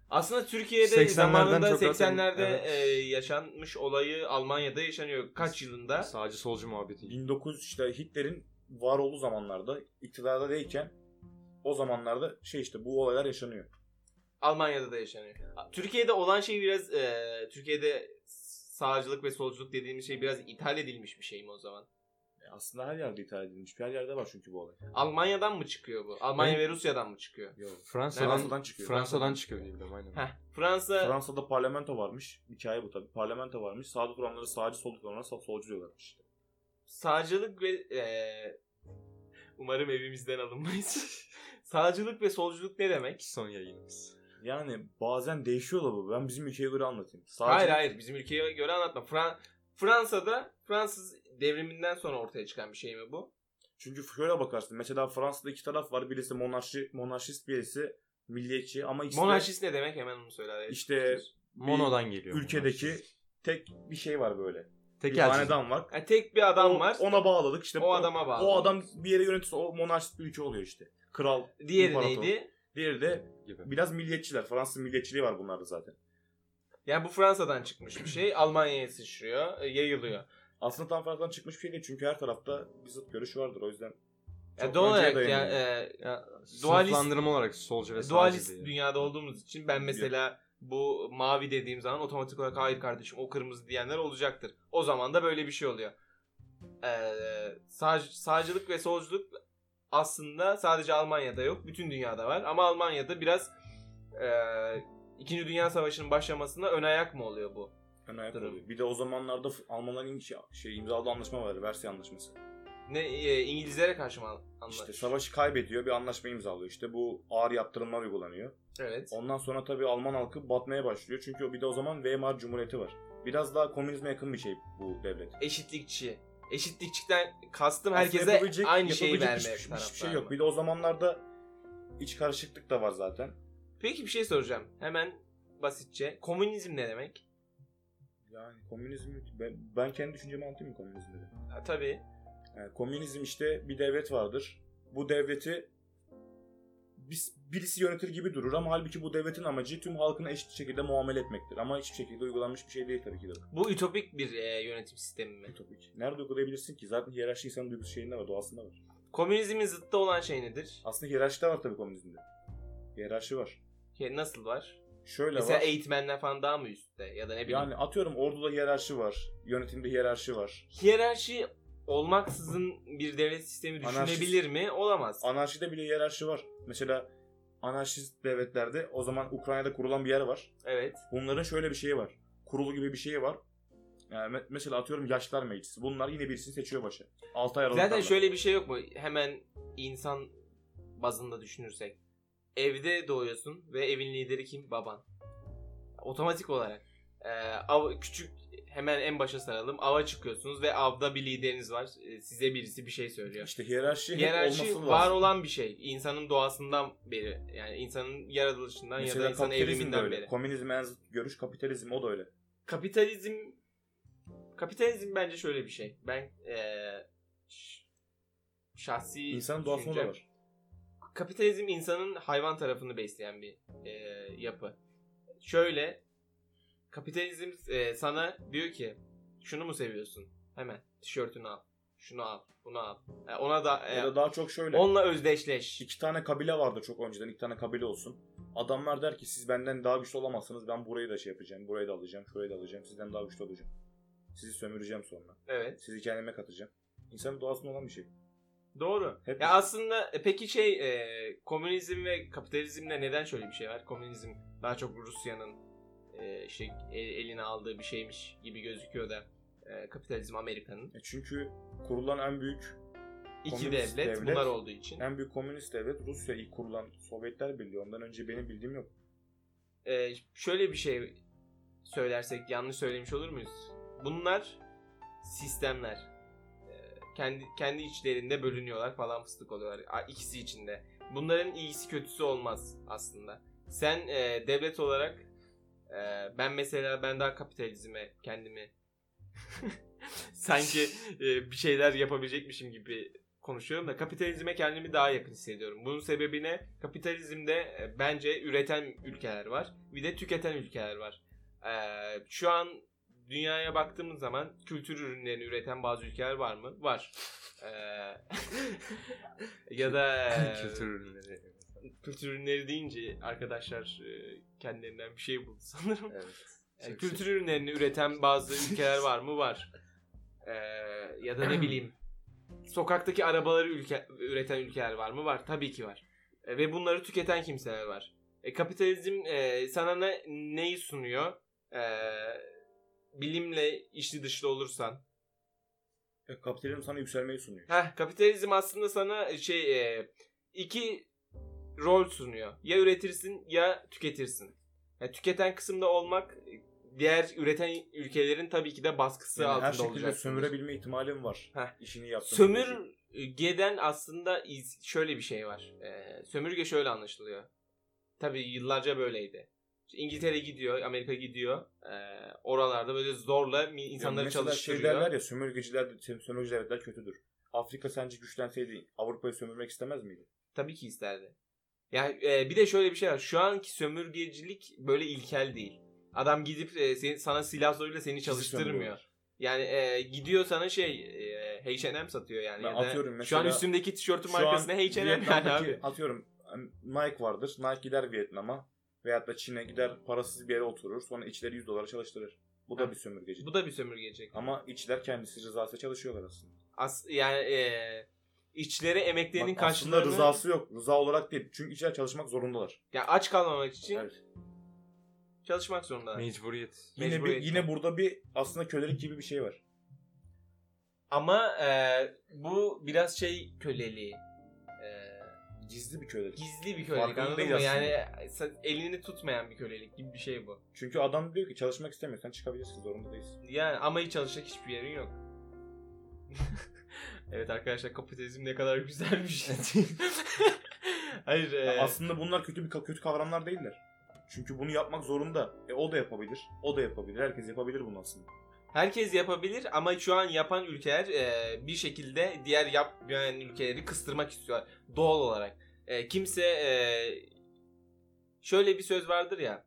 Aslında Türkiye'de 80'lerden zamanında çok rahat- 80'lerde Evet. e, yaşanmış olayı Almanya'da yaşanıyor. Kaç yılında? Sağcı solcu muhabbeti. 1900 işte Hitler'in var olduğu zamanlarda iktidarda değilken o zamanlarda şey işte bu olaylar yaşanıyor. Almanya'da da yaşanıyor. Türkiye'de olan şey biraz e, Türkiye'de sağcılık ve solculuk dediğimiz şey biraz ithal edilmiş bir şey mi o zaman? E, aslında her yerde ithal edilmiş. Her yerde var çünkü bu olay. Almanya'dan mı çıkıyor bu? Almanya Ben- ve Rusya'dan mı çıkıyor? Fransa'dan, Fransa'dan çıkıyor. Fransa'dan çıkıyor diyebilirim aynen. Heh, Fransa E, Fransa'da parlamento varmış. Hikaye bu tabii. Parlamento varmış. Sağda duranları sağcı, solda duranlara sol- solcu diyorlarmış işte. sağcılık ve eee, umarım evimizden alınmayız. sağcılık ve solculuk ne demek? Son yayınımız. Yani bazen değişiyor da bu. Ben bizim ülkeye göre anlatayım. Sağcı, Hayır hayır bizim ülkeye göre anlatma. Fran- Fransa'da Fransız devriminden sonra ortaya çıkan bir şey mi bu? Çünkü şöyle bakarsın. Mesela Fransa'da iki taraf var. Birisi monarşi, monarşist birisi milliyetçi ama ikisi de Monarşist ne demek hemen onu söyle. İşte Mono'dan geliyor. ülkedeki bunlar. tek bir şey var böyle. Bir tekelcilik. hanedan var. Ha, tek bir adam O- var. Ona bağladık işte. O adama bağlı. O adam bir yere yönetirse o monarşist bir ülke oluyor işte. Kral. Diğeri imparator. neydi? Diğeri de gibi. biraz milliyetçiler. Fransız milliyetçiliği var bunlarda zaten. Yani bu Fransa'dan çıkmış bir şey. Almanya'ya sıçrıyor, e, yayılıyor. Aslında tam Fransa'dan çıkmış bir şey değil. Çünkü her tarafta bir zıt görüş vardır. O yüzden Yani Çok doğal önceye olarak ya, e, Ya, Dualist- sınıflandırma olarak solcu ve dualist sağcı diye. dünyada olduğumuz için ben mesela bu mavi dediğim zaman otomatik olarak hayır kardeşim o kırmızı diyenler olacaktır. O zaman da böyle bir şey oluyor. Ee, sağ, sağcılık ve solculuk aslında sadece Almanya'da yok. Bütün dünyada var. Ama Almanya'da biraz e, İkinci Dünya Savaşı'nın başlamasına ön ayak mı oluyor bu? ön ayak Durum. oluyor. Bir de o zamanlarda F- Almanların imza- şey, imzaladığı anlaşma var. Versay anlaşması. Ne e, İngilizlere karşı mı anlaşılıyor? İşte savaşı kaybediyor. Bir anlaşma imzalıyor. İşte bu ağır yaptırımlar uygulanıyor. Evet. Ondan sonra tabii Alman halkı batmaya başlıyor. Çünkü bir de o zaman Weimar Cumhuriyeti var. Biraz daha komünizme yakın bir şey bu devlet. Eşitlikçi. Eşitlikçiden kastım Aslında herkese yapabilecek- aynı şeyi yapabilecek vermek hiç- hiçbir, şey taraftarım. yok. Bir de o zamanlarda iç karışıklık da var zaten. Peki bir şey soracağım. Hemen basitçe. Komünizm ne demek? Yani komünizm ben, ben kendi düşüncemi anlatayım mı komünizmde? Ha, tabii. Yani komünizm işte bir devlet vardır. Bu devleti bis- birisi yönetir gibi durur ama halbuki bu devletin amacı tüm halkına eşit şekilde muamele etmektir. Ama hiçbir şekilde uygulanmış bir şey değil tabii ki de. bu. Bu ütopik bir e, yönetim sistemi mi? Ütopik. Nerede uygulayabilirsin ki? Zaten hiyerarşi insanın duygusu şeyinde var, doğasında var. Komünizmin zıttı olan şey nedir? Aslında hiyerarşi de var tabii komünizmde. Hiyerarşi var. Şey, nasıl var? Şöyle Mesela var. eğitmenler falan daha mı üstte? Ya da ne bileyim. Yani atıyorum orduda hiyerarşi var. Yönetimde hiyerarşi var. Hiyerarşi olmaksızın bir devlet sistemi Anarşist. düşünebilir mi? Olamaz. Anarşide bile hiyerarşi var. Mesela anarşist devletlerde o zaman Ukrayna'da kurulan bir yer var. evet. Bunların şöyle bir şeyi var. Kurulu gibi bir şeyi var. Yani me- mesela atıyorum yaşlar meclisi. Bunlar yine birisini seçiyor başa. 6 ay aralıklarla. Zaten şöyle bir şey yok mu? Hemen insan bazında düşünürsek. Evde doğuyorsun ve evin lideri kim? Baban. Otomatik olarak. Ee, av, küçük hemen en başa saralım. Ava çıkıyorsunuz ve avda bir lideriniz var. Ee, size birisi bir şey söylüyor. İşte hiyerarşi, hep Hiyerarşi Şey olması var lazım. olan bir şey. İnsanın doğasından beri. Yani insanın yaratılışından ya da Mesela insanın kapitalizm de evriminden öyle. beri. Komünizm en zıt görüş kapitalizm o da öyle. kapitalizm kapitalizm bence şöyle bir şey. Ben eee, ş- şahsi İnsanın doğasında da düşüncem- var. Kapitalizm insanın hayvan tarafını besleyen bir eee, yapı. Şöyle kapitalizm eee, sana diyor ki şunu mu seviyorsun? Hemen tişörtünü al. Şunu al, bunu al. E, ona da e, Ya da daha çok şöyle. onunla özdeşleş. İki tane kabile vardı çok önceden. iki tane kabile olsun. Adamlar der ki siz benden daha güçlü olamazsınız. Ben burayı da şey yapacağım. Burayı da alacağım. Şurayı da alacağım. Sizden daha güçlü olacağım. Sizi sömüreceğim sonra. Evet. Sizi kendime katacağım. İnsanın doğasında olan bir şey. Doğru. Hep Ya aslında e, peki şey e, komünizm ve kapitalizmle neden şöyle bir şey var? Komünizm daha çok Rusya'nın e, işte e, eline aldığı bir şeymiş gibi gözüküyor da e, kapitalizm Amerika'nın. E çünkü kurulan en büyük İki devlet, Komünist devlet. bunlar olduğu için. en büyük komünist devlet Rusya ilk kurulan Sovyetler Birliği. Ondan önce benim bildiğim yok. E, şöyle bir şey söylersek yanlış söylemiş olur muyuz? Bunlar sistemler. E, kendi kendi içlerinde bölünüyorlar falan fıstık oluyorlar. A, ikisi içinde. Bunların iyisi kötüsü olmaz aslında. Sen e, devlet olarak e, ben mesela ben daha kapitalizme kendimi sanki e, bir şeyler yapabilecekmişim gibi konuşuyorum da kapitalizme kendimi daha yakın hissediyorum. Bunun sebebi ne? Kapitalizmde e, bence üreten ülkeler var. Bir de tüketen ülkeler var. Ee, şu an dünyaya baktığımız zaman kültür ürünlerini üreten bazı ülkeler var mı? Var. Ee, ya da Kültür ürünleri. kültür ürünleri deyince arkadaşlar e, kendilerinden bir şey buldu sanırım. Evet. Yani Çok kültür ürünlerini üreten bazı ülkeler var mı? Var. Ee, ya da ne bileyim. Sokaktaki arabaları ülke, üreten ülkeler var mı? Var. Tabii ki var. E, ve bunları tüketen kimseler var. E, kapitalizm e, sana ne, neyi sunuyor? E, bilimle içli dışlı olursan, E, kapitalizm sana yükselmeyi sunuyor. Heh, kapitalizm aslında sana şey e, iki rol sunuyor. Ya üretirsin ya tüketirsin. Yani tüketen kısımda olmak e, diğer üreten ülkelerin tabii ki de baskısı Yani altında her olacak. şekilde sömürebilme ihtimalin var. Heh. İşini yaptığın sürece. Sömür geden aslında iz- şöyle bir şey var. Ee, sömürge şöyle anlaşılıyor. Tabii yıllarca böyleydi. İşte İngiltere gidiyor, Amerika gidiyor. Ee, oralarda böyle zorla mi- Ya insanları mesela çalıştırıyor. şey derler ya sömürgeciler, de- sömürgeci devletler kötüdür. Afrika sence güçlenseydi Avrupa'yı sömürmek istemez miydi? Tabii ki isterdi. Yani e, bir de şöyle bir şey var. Şu anki sömürgecilik böyle ilkel değil. Adam gidip e, seni, sana silah zoruyla seni çalıştırmıyor. sömürüyorlar. Yani e, gidiyor sana şey e, H&M satıyor yani. Ben ya da atıyorum şu an mesela- üstümdeki tişörtün Şu an markasına H&M yani Vietnam'daki- abi. Atıyorum Nike vardır. Nike gider Vietnam'a veyahut da Çin'e gider parasız bir yere oturur. Sonra işçileri 100 dolara çalıştırır. Bu da Ha. bir sömürgecilik. Bu da bir sömürgecilik. Ama işçiler kendisi rızası çalışıyorlar aslında. As, yani e, içlere emeklerinin Bak, aslında karşılığını rızası yok. Rıza olarak değil. Çünkü işçiler çalışmak zorundalar. yani aç kalmamak için Evet. çalışmak zorunda. şey, Mecburiyet. Yine, bir, Mecburiyet. yine burada bir aslında kölelik gibi bir şey var. Ama e, bu biraz şey köleliği. E, Gizli bir kölelik. gizli bir kölelik Farkında anladın değil mı? aslında. Yani sen- elini tutmayan bir kölelik gibi bir şey bu. Çünkü adam diyor ki çalışmak istemiyorsan çıkabilirsin zorunda değilsin. Yani ama hiç çalışacak hiçbir yerin yok. evet arkadaşlar kapitalizm ne kadar güzel bir şey. Hayır. e, Ya Aslında bunlar kötü bir kötü kavramlar değiller. Çünkü bunu yapmak zorunda. E o da yapabilir. O da yapabilir. Herkes yapabilir bunu aslında. herkes yapabilir ama şu an yapan ülkeler e, bir şekilde diğer yapmayan ülkeleri kıstırmak istiyorlar. Doğal olarak. E, kimse e, şöyle bir söz vardır ya.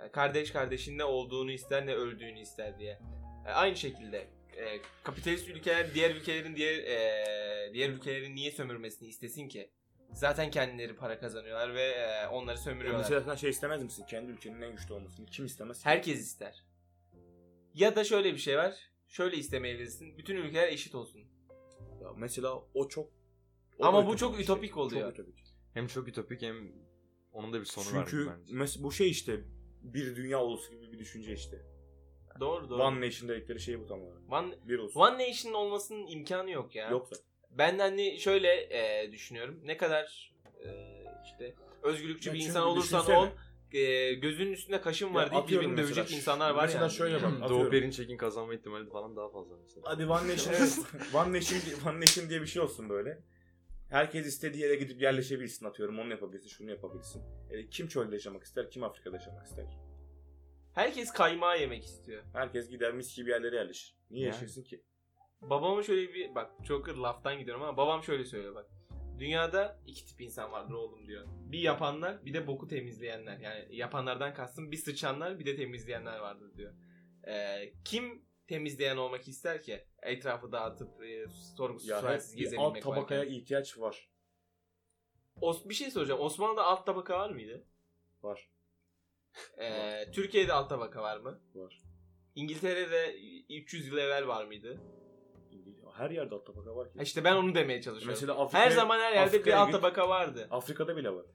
e, Kardeş kardeşin ne olduğunu ister ne öldüğünü ister diye. E, aynı şekilde e, kapitalist ülkeler diğer ülkelerin diğer e, diğer ülkelerin niye sömürmesini istesin ki? Zaten kendileri para kazanıyorlar ve e, onları Ya sömürüyorlar. Mesela sen şey istemez misin? Kendi ülkenin en güçlü olmasını. Kim istemez? ki? Herkes ister. Ya da şöyle bir şey var. Şöyle istemeyebilirsin. Bütün ülkeler eşit olsun. Ya mesela o çok... o Ama da bu ütopik çok bir şey. ütopik oluyor. Çok ütopik. Hem çok ütopik hem onun da bir sonu Çünkü var bence. mes- bu şey işte bir dünya ulusu gibi bir düşünce işte. Doğru doğru. One, One Nation dedikleri şey bu tam olarak. One, Bir olsun. Nation'ın olmasının imkanı yok ya. Yok zaten. Ben de hani şöyle e, düşünüyorum. Ne kadar e, işte özgürlükçü Ya bir çünkü insan olursan düşünsene. ol e, gözünün üstünde kaşın var Ya deyip atıyorum birbirini mesela dövecek şu- insanlar var mesela yani. şöyle bak. Doğu atıyorum. Perinçek'in kazanma ihtimali falan daha fazla mesela. Hadi One Nation, evet. One, Nation, One Nation diye bir şey olsun böyle. Herkes istediği yere gidip yerleşebilsin atıyorum. Onu yapabilsin, şunu yapabilsin. E, kim çölde yaşamak ister, kim Afrika'da yaşamak ister? Herkes kaymağı yemek istiyor. Herkes gider mis gibi yerlere yerleşir. Niye Yani. yaşasın ki? Babama şöyle bir bak çok laftan gidiyorum ama babam şöyle söylüyor bak. Dünyada iki tip insan vardır oğlum diyor. Bir yapanlar bir de boku temizleyenler. Yani yapanlardan kastım bir sıçanlar bir de temizleyenler vardır diyor. Ee, kim temizleyen olmak ister ki? Etrafı dağıtıp e, sorgusuz Ya her sualsiz bir gezebilmek alt tabakaya varken. ihtiyaç var. Os- bir şey soracağım. Osmanlı'da alt tabaka var mıydı? Var. Ee, Türkiye'de alt tabaka var mı? Var. İngiltere'de 300 yıl evvel var mıydı? Her yerde alt tabaka var ki. Ha İşte ben onu demeye çalışıyorum. Mesela Afrika, şey her zaman her yerde bir Afrika'ya alt git. tabaka vardı. Afrika'da bile var.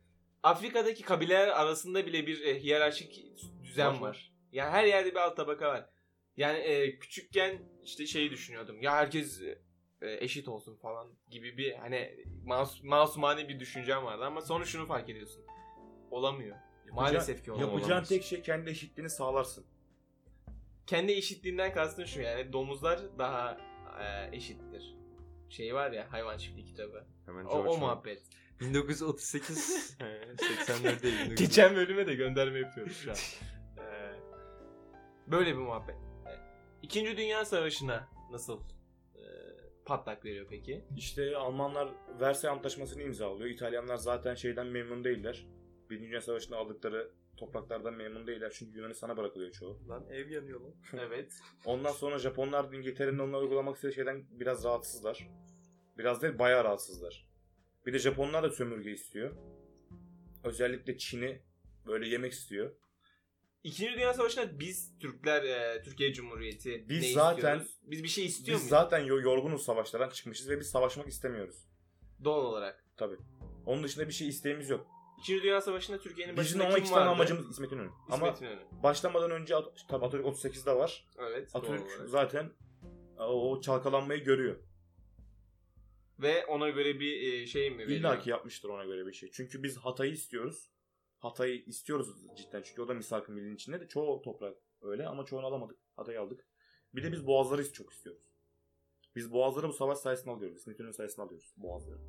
Afrika'daki kabileler arasında bile bir e, hiyerarşik düzen Var, var. var. Yani her yerde bir alt tabaka var. Yani e, küçükken işte şeyi düşünüyordum. Ya herkes e, eşit olsun falan gibi bir hani mas- masumane bir düşüncem vardı ama sonra şunu fark ediyorsun. Olamıyor. Maalesef ki olamıyor. yapacağım. Yapacağın Olamaz. tek şey kendi eşitliğini sağlarsın. Kendi eşitliğinden kastın şu yani domuzlar daha e, eşittir. Şey var ya hayvan çiftliği kitabı. Hemen O, George o Orwell. muhabbet. 1938 he, 84 değil. 1938. Geçen bölüme de gönderme yapıyorum şu an. Ee, böyle bir muhabbet. Ee, İkinci Dünya Savaşı'na nasıl e, patlak veriyor peki? İşte Almanlar Versay Antlaşması'nı imzalıyor. İtalyanlar zaten şeyden memnun değiller. Birinci Dünya Savaşı'nda aldıkları topraklardan memnun değiller. Çünkü Yunanistan'a bırakılıyor çoğu. Lan ev yanıyor lan. evet. Ondan sonra Japonlar İngiltere'nin onlara uygulamak istediği şeyden biraz rahatsızlar. Biraz değil bayağı rahatsızlar. Bir de Japonlar da sömürge istiyor. Özellikle Çin'i böyle yemek istiyor. İkinci Dünya Savaşı'nda biz Türkler, e, Türkiye Cumhuriyeti Biz ne zaten- istiyoruz? Biz bir şey istiyor biz muyuz? zaten yo- yorgunuz savaşlardan çıkmışız ve biz savaşmak istemiyoruz. Doğal olarak. Onun dışında bir şey isteğimiz yok. İkinci Dünya Savaşı'nda Türkiye'nin Bizim başında kim ama vardı? iki tane amacımız İsmet İnönü. İsmet Ama İnönü. başlamadan önce At- tabii Atatürk 38'de var. Evet. doğal Atatürk olarak. zaten e, o o çalkalanmayı görüyor. Ve ona göre bir e, şey mi veriyor? İlla ki yapmıştır ona göre bir şey. Çünkü biz Hatay'ı istiyoruz. Hatay'ı istiyoruz cidden. Çünkü o da misak-ı millinin içinde de çoğu toprak öyle ama çoğunu alamadık. Hatay'ı aldık. Bir de biz boğazları is- çok istiyoruz. Biz boğazları bu savaş sayesinde alıyoruz. İsmet İnönü sayesinde alıyoruz boğazları.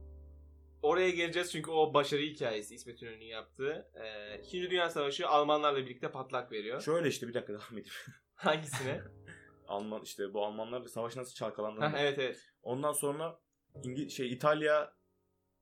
Oraya geleceğiz çünkü o başarı hikayesi İsmet İnönü'nün yaptığı. E, İkinci Dünya Savaşı Almanlarla birlikte patlak veriyor. Şöyle işte bir dakika devam edeyim. Hangisine? Alman işte bu Almanlarla savaş nasıl çalkalandığını. Ha, evet evet. Ondan sonra İngi- şey İtalya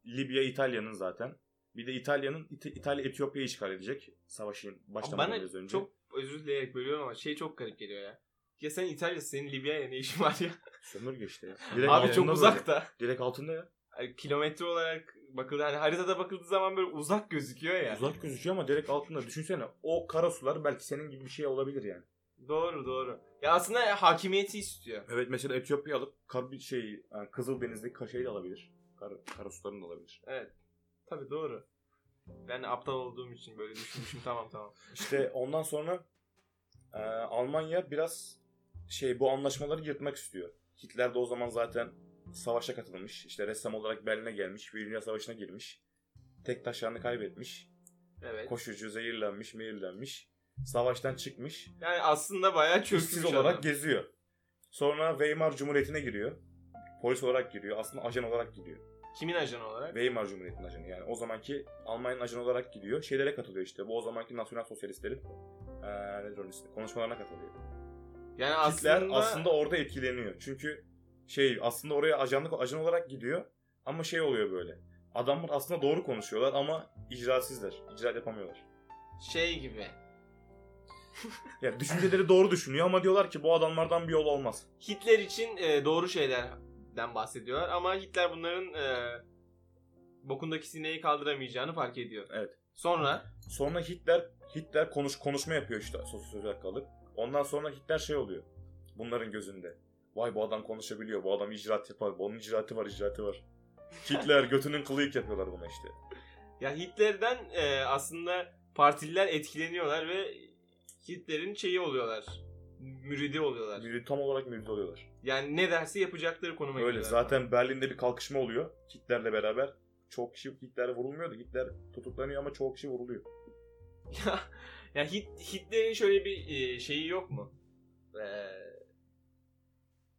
Libya İtalya'nın zaten. Bir de İtalya'nın İta- İtalya Etiyopya'yı işgal edecek savaşın Ama başlamadan biraz bana önce. çok özür dileyerek bölüyorum ama şey çok garip geliyor ya. Ya sen İtalya'sın senin Libya'ya ne işin var ya? sömürge işte. ya. Abi Direkt altında çok böyle. uzakta. Direkt altında ya. Hani kilometre olarak bakıldı hani haritada bakıldığı zaman böyle uzak gözüküyor ya. Uzak gözüküyor ama direkt altında. Düşünsene o karasular belki senin gibi bir şey olabilir yani. Doğru doğru. Ya aslında hakimiyeti istiyor. Evet mesela Etiyopya alıp kar bir şey yani Kızıldeniz'deki kaşayı da alabilir. Kar, karasularını da alabilir. Tabii doğru. Ben aptal olduğum için böyle düşünmüşüm tamam tamam. İşte ondan sonra e, Almanya biraz şey bu anlaşmaları yırtmak istiyor. Hitler de o zaman zaten savaşa katılmış. İşte ressam olarak Berlin'e gelmiş. Bir Dünya Savaşı'na girmiş. Tek taşlarını kaybetmiş. Evet. Koşucu zehirlenmiş, mehirlenmiş. Savaştan çıkmış. Yani aslında bayağı şey işsiz çökmüş olarak adam. geziyor. Sonra Weimar Cumhuriyeti'ne giriyor. Polis olarak giriyor. Aslında ajan olarak giriyor. Kimin ajanı olarak? Weimar Cumhuriyeti'nin ajanı yani. O zamanki Almanya'nın ajanı olarak gidiyor. Şeylere katılıyor işte. Bu o zamanki nasyonel sosyalistlerin eee nedir onun ismi? Konuşmalarına katılıyor. Yani Hitler aslında, aslında... orada etkileniyor. Çünkü şey aslında oraya ajanlık ajan olarak gidiyor. Ama şey oluyor böyle. Adamlar aslında doğru konuşuyorlar ama icrasizler. İcraat yapamıyorlar. şey gibi. Yani düşünceleri doğru düşünüyor ama diyorlar ki bu adamlardan bir yol olmaz. Hitler için e, doğru şeylerden bahsediyorlar ama Hitler bunların e, bokundaki sineği kaldıramayacağını fark ediyor. Evet. Sonra Sonra Hitler Hitler konuş konuşma yapıyor işte sosyal olarak kalıp. Ondan sonra Hitler şey oluyor. Bunların gözünde. Vay bu adam konuşabiliyor. Bu adam icraat yapar. Bunun icraatı var, icraatı var. Hitler götünün kılıyık yapıyorlar buna işte. ya Hitler'den e, aslında partililer etkileniyorlar ve Hitler'in şeyi oluyorlar. Müridi oluyorlar. Mürid, tam olarak mürid oluyorlar. Yani ne derse yapacakları konuma Öyle geliyorlar. zaten Berlin'de bir kalkışma oluyor Hitler'le beraber. Çok kişi Hitler'e vurulmuyordu. Hitler tutuklanıyor ama çok kişi vuruluyor. ya, ya Hit- Hitler'in şöyle bir e, şeyi yok mu? Ee,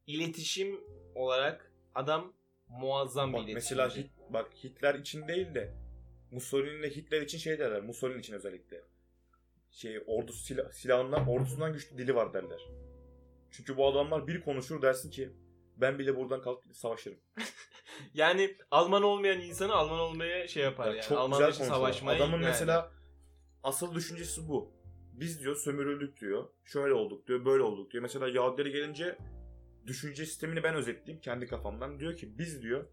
iletişim olarak adam muazzam bir Bak iletişimci. mesela Hit, bak Hitler için değil de Mussolini ile Hitler için şey derler. Mussolini için özellikle. Şey ordu silah, silahından ordusundan güçlü dili var derler. Çünkü bu adamlar bir konuşur dersin ki ben bile buradan kalkıp savaşırım. Yani Alman olmayan insanı Alman olmaya şey yapar Yani yani. çok Almanlar güzel için konuşuyorlar. savaşmayı. Adamın yani. mesela asıl düşüncesi bu. Biz diyor sömürüldük diyor. Şöyle olduk diyor, böyle olduk diyor. Mesela Yahudileri gelince düşünce sistemini ben özetleyeyim kendi kafamdan. Diyor ki biz diyor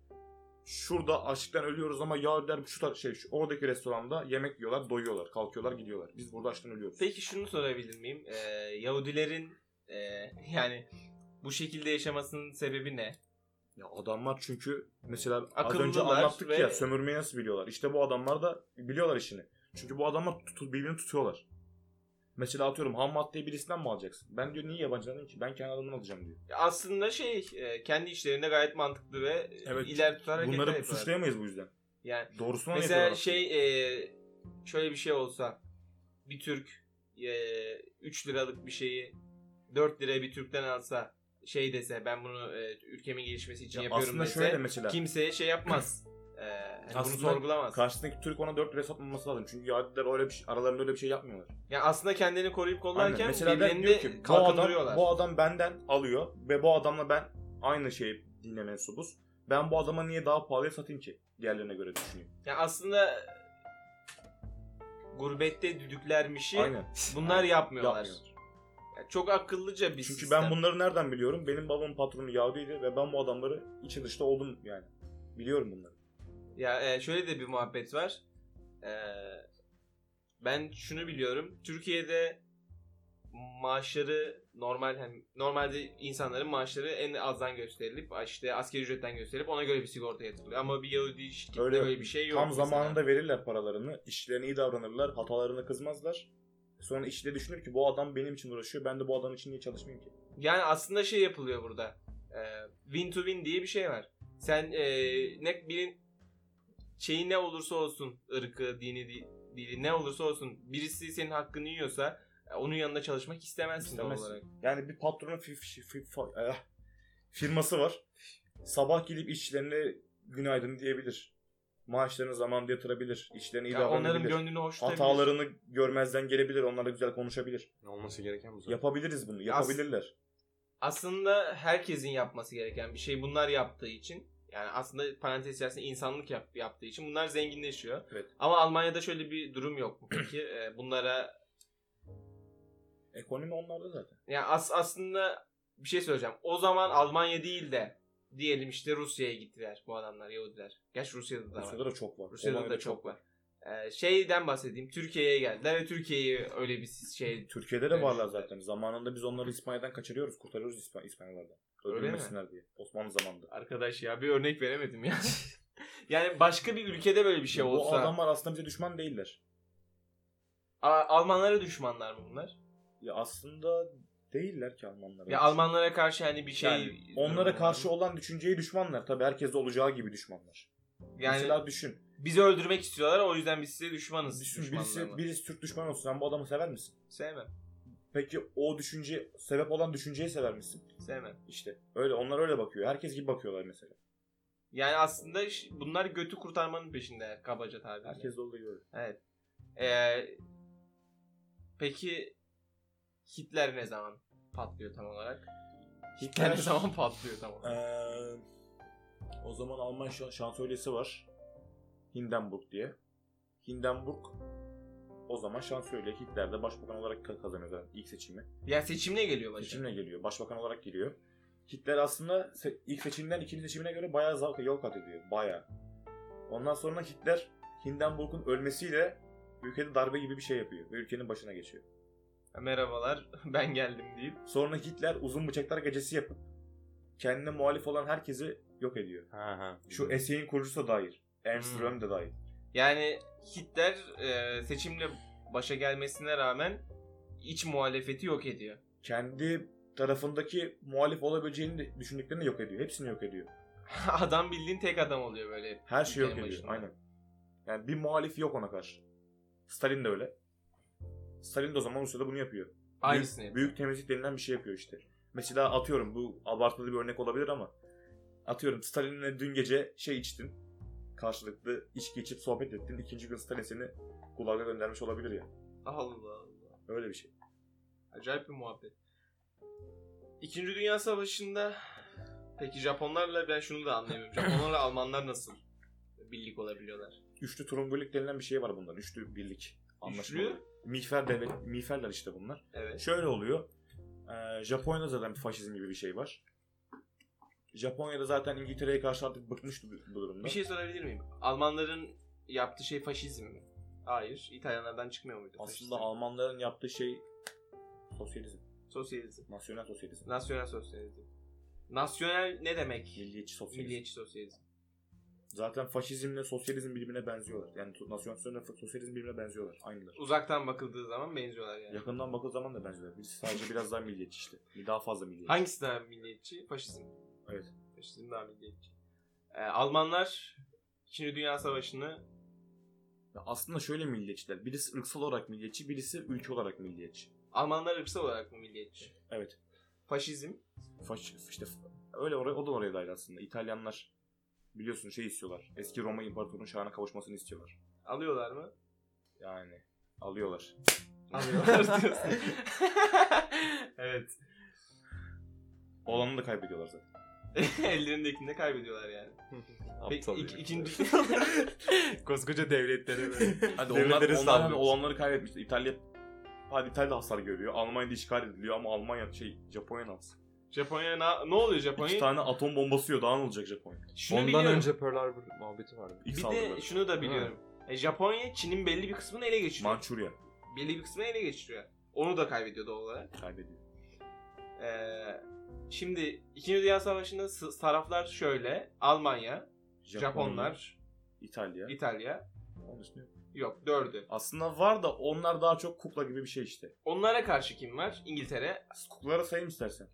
şurada açlıktan ölüyoruz ama Yahudiler şu tar- şey şu oradaki restoranda yemek yiyorlar, doyuyorlar, kalkıyorlar, gidiyorlar. Biz burada açlıktan ölüyoruz. Peki şunu sorabilir miyim? Ee, Yahudilerin e, yani bu şekilde yaşamasının sebebi ne? Ya adamlar çünkü mesela az Akıllılar önce anlattık ve- ya sömürmeyi nasıl biliyorlar. İşte bu adamlar da biliyorlar işini. Çünkü bu adamlar tutu, birbirini tutuyorlar. Mesela atıyorum ham maddeyi birisinden mi alacaksın? Ben diyor niye yabancıdan değil ki? Ben kendi adamdan alacağım diyor. Ya Aslında şey e, kendi işlerinde gayet mantıklı ve e, Evet. ileri tutar hareketler Bunları yapıyorlar. suçlayamayız bu yüzden. Yani Doğrusunu Mesela yapıyorlar şey e, şöyle bir şey olsa bir Türk e, 3 liralık bir şeyi 4 liraya bir Türk'ten alsa şey dese ben bunu e, ülkemin gelişmesi için aslında. Ya yapıyorum aslında dese şöyle mesela. kimseye şey yapmaz. e, hani bunu Aslında sorgulamaz. Karşısındaki Türk ona 4 lira satmaması lazım. Çünkü Yahudiler öyle bir şey, aralarında öyle bir şey yapmıyorlar. yani aslında kendini koruyup Aynen. kollarken Mesela ben birilerini diyor ki bu adam, kalkındırıyorlar. bu adam benden alıyor ve bu adamla ben aynı şeyi dine mensubuz. Ben bu adama niye daha pahalıya satayım ki? Diğerlerine göre düşünüyorum. Yani aslında gurbette düdüklermişi Aynen. bunlar yapmıyorlar. Yapmıyorlar. Yani çok akıllıca bir Çünkü sistem. ben bunları nereden biliyorum? Benim babamın patronu Yahudiydi ve ben bu adamları içi dışta oldum yani. Biliyorum bunları. Ya e, şöyle de bir muhabbet var. E, ben şunu biliyorum. Türkiye'de maaşları normal hem normalde insanların maaşları en azdan gösterilip işte asgari ücretten gösterilip ona göre bir sigorta yatırılıyor. Ama bir Yahudi şirketinde Öyle öyle, bir şey yok. Tam mesela. zamanında verirler paralarını. İşçilerine iyi davranırlar. Hatalarına kızmazlar. Sonra işçi de düşünür ki bu adam benim için uğraşıyor. Ben de bu adam için niye çalışmayayım ki? Yani aslında şey yapılıyor burada. E, win to win diye bir şey var. Sen e, ne birin şeyi ne olursa olsun ırkı, dini, di- dili ne olursa olsun birisi senin hakkını yiyorsa e, onun yanında çalışmak istemezsin, doğal İstemezsin. olarak. Yani bir patronun fi- fi- fi- fa- eh, firması var. Sabah gelip işçilerine günaydın diyebilir. Maaşlarını zamanında yatırabilir. İşlerine iyi Ya onların davranabilir. gönlünü hoş tutabilir. Hatalarını görmezden gelebilir. Onlarla güzel konuşabilir. Ne olması gereken bu zaten. Yapabiliriz bunu. Yapabilirler. Aslında herkesin yapması gereken bir şey bunlar yaptığı için. Yani aslında parantez içerisinde insanlık yap- yaptığı için bunlar zenginleşiyor. Evet. Ama Almanya'da şöyle bir durum yok mu peki? Ee, bunlara Ekonomi onlarda zaten. yani as- aslında bir şey söyleyeceğim. O zaman Almanya değil de diyelim işte Rusya'ya gittiler bu adamlar Yahudiler. Gerçi Rusya'da da var. Rusya'da da çok var. Rusya'da da Almanya'da çok var. Ee, şeyden bahsedeyim. Türkiye'ye geldiler ve Türkiye'yi öyle bir şey Türkiye'de de Evet. varlar zaten. Zamanında biz onları İspanya'dan kaçırıyoruz. Kurtarıyoruz İspa- İspanyollardan. Öyle mi? Öldürmesinler diye. Osmanlı zamanında. Arkadaş ya bir örnek veremedim ya. yani başka bir ülkede böyle bir şey Bu olsa. adamlar aslında bize düşman değiller. A- Almanlara düşmanlar mı bunlar? Ya aslında değiller ki Almanlar. Ya Almanlara karşı hani bir şey Yani onlara karşı olan düşünceyi düşmanlar. Tabii herkes olacağı gibi düşmanlar. yani Mesela düşün. bizi öldürmek istiyorlar o yüzden biz size düşmanız. Düşün Düşmanlar birisi, mı? birisi Türk düşmanı olsun. Sen bu adamı sever misin? Sevmem. Peki o düşünce sebep olan düşünceyi sever misin? Sevmem. İşte öyle onlar öyle bakıyor. Herkes gibi bakıyorlar mesela. Yani aslında iş- bunlar götü kurtarmanın peşinde kabaca tabirle. Herkes de oluyor öyle. Evet. Ee, peki Hitler ne zaman patlıyor tam olarak? Hitler ne zaman patlıyor tam olarak? Ee, o zaman Alman şan- şansölyesi var. Hindenburg diye. Hindenburg o zaman şansölye Hitler de başbakan olarak ka- kazanıyor zaten ilk seçimi. Ya seçimle geliyor başa. Seçimle geliyor. Başbakan olarak geliyor. Hitler aslında se- ilk seçimden ikinci seçimine göre bayağı zav- yol kat ediyor. Bayağı. Ondan sonra Hitler Hindenburg'un ölmesiyle ülkede darbe gibi bir şey yapıyor. Ve ülkenin başına geçiyor. Merhabalar ben geldim deyip Sonra Hitler uzun bıçaklar gecesi yapıp kendine muhalif olan herkesi yok ediyor. Ha ha. Şu eseyin kurucusu da dahil. Ernst Hmm. Röhm de dahil. Yani Hitler e, seçimle başa gelmesine rağmen iç muhalefeti yok ediyor. Kendi tarafındaki muhalif olabileceğini de- düşündüklerini yok ediyor. Hepsini yok ediyor. adam bildiğin tek adam oluyor böyle. Her şey yok Ülkenin ediyor. başında. Aynen. Yani bir muhalif yok ona karşı. Stalin de öyle. Stalin de o zaman Rusya'da bunu yapıyor. Aynısını büyük, yapıyor. büyük temizlik denilen bir şey yapıyor işte. Mesela atıyorum bu abartılı bir örnek olabilir ama atıyorum Stalin'le dün gece şey içtin. Karşılıklı içki içip sohbet ettin. İkinci gün Stalin seni kulağına göndermiş olabilir ya. Allah Allah. Öyle bir şey. Acayip bir muhabbet. İkinci Dünya Savaşı'nda peki Japonlarla ben şunu da anlayamıyorum. Japonlarla Almanlar nasıl birlik olabiliyorlar? Üçlü turungulik denilen bir şey var bundan. Üçlü birlik. Anlaşma. Üçlü? Miğfer devlet, miğferler işte bunlar. Evet. Şöyle oluyor. Ee, Japonya'da zaten bir faşizm gibi bir şey var. Japonya'da zaten İngiltere'ye karşı artık bıkmış bu bu durumda. Bir şey sorabilir miyim? Almanların yaptığı şey faşizm mi? Hayır. İtalyanlardan çıkmıyor muydu? Aslında faşizm? Almanların yaptığı şey sosyalizm. Sosyalizm. Nasyonel sosyalizm. Nasyonel sosyalizm. Nasyonel ne demek? Milliyetçi sosyalizm. Milliyetçi sosyalizm. Zaten faşizmle sosyalizm birbirine benziyorlar. Yani to- nasyonel sosyalizm birbirine benziyorlar. Aynılar. Uzaktan bakıldığı zaman benziyorlar yani. Yakından bakıldığı zaman da benziyorlar. Birisi sadece biraz daha milliyetçi işte. Bir Daha fazla milliyetçi. Hangisi daha milliyetçi? Faşizm. Evet. Faşizm daha milliyetçi. Ee, Almanlar 2. Dünya Savaşı'nı Ya Aslında şöyle milliyetçiler. Birisi ırksal olarak milliyetçi, birisi ülke olarak milliyetçi. Almanlar ırksal olarak mı milliyetçi? Evet. Faşizm. Faş, işte f- öyle oraya, o da oraya dahil aslında. İtalyanlar biliyorsun şey istiyorlar. Eski Roma İmparatorluğu'nun şahına kavuşmasını istiyorlar. Alıyorlar mı? Yani alıyorlar. Alıyorlar diyorsun. evet. Olanı da kaybediyorlar zaten. Ellerindekini de kaybediyorlar yani. Aptal Peki, herif. ik- ikinci... Koskoca devletleri böyle. Hadi onlar, Devletleri onlar saldırıyor. hani olanları kaybetmişti. İtalya hadi İtalya da hasar görüyor. Almanya'da işgal ediliyor ama Almanya şey Japonya'nın hasar. Japonya ne, ne oluyor Japonya? İki tane atom bombası yiyor. Daha ne olacak Japonya? Şunu Ondan biliyorum. önce Pearl Harbor muhabbeti vardı. İlk bir de saldırıları. şunu da mi? biliyorum. E, Japonya Çin'in belli bir kısmını ele geçiriyor. Mançurya belli bir kısmını ele geçiriyor. Onu da kaybediyor doğal olarak. kaybediyor. Ee, şimdi İkinci Dünya Savaşı'nda s- taraflar şöyle. Almanya, Japonya, Japonlar, İtalya. İtalya. Onun üstüne yok. Yok dördü. Aslında var da onlar daha çok kukla gibi bir şey işte. Onlara karşı kim var? İngiltere. Kuklaları sayayım istersen.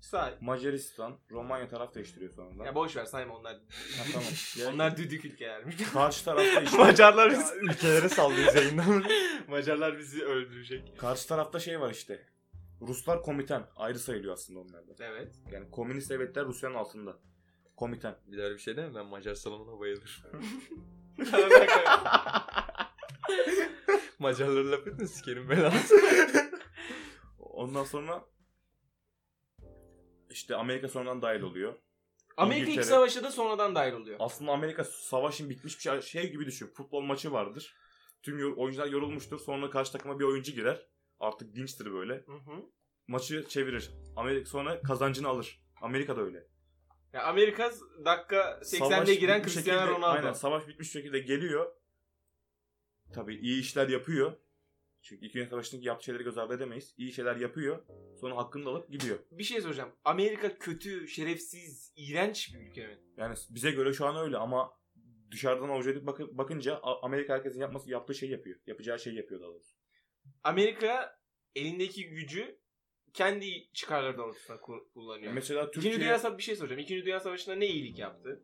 Say. Macaristan, Romanya taraf değiştiriyor sonradan. Ya boş ver sayma onlar. Ha, tamam. Gerek Onlar yok. düdük ülkelermiş. karşı tarafta işte. Macarlar biz ülkelere sallıyor yayından. Macarlar bizi öldürecek. karşı tarafta şey var işte. Ruslar komiten ayrı sayılıyor aslında onlarda. Evet. Yani komünist devletler Rusya'nın altında. Komiten. Bir de öyle bir şey değil mi? Ben Macar salamına bayılırım. Macarları laf etme sikerim belası. Ondan sonra işte Amerika sonradan dahil oluyor. Amerika İngiltere. İç Savaşı da sonradan dahil oluyor. Aslında Amerika savaşın bitmiş bir şey, şey gibi düşün. Futbol maçı vardır. Tüm yo- oyuncular yorulmuştur. Sonra karşı takıma bir oyuncu girer. Artık dinçtir böyle. Hı hı. Maçı çevirir. Amerika sonra kazancını alır. Amerika'da öyle. Ya Amerika dakika 80'de Savaş giren bitmiş Cristiano şekilde- Ronaldo. Aynen savaş bitmiş şekilde geliyor. Tabii iyi işler yapıyor. Çünkü İkinci Dünya Savaşı'ndaki yaptığı şeyleri göz ardı edemeyiz. İyi şeyler yapıyor. Sonra hakkını da alıp gidiyor. Bir şey soracağım. Amerika kötü, şerefsiz, iğrenç bir ülke mi? Yani bize göre şu an öyle ama dışarıdan avucu edip bakı- bakınca A- Amerika herkesin yapması yaptığı şeyi yapıyor. Yapacağı şeyi yapıyor daha doğrusu. Amerika elindeki gücü kendi çıkarları doğrultusunda ku- kullanıyor. Yani mesela İkinci Dünya Türkiye Savaşı bir şey soracağım. İkinci Dünya Savaşı'nda ne iyilik yaptı?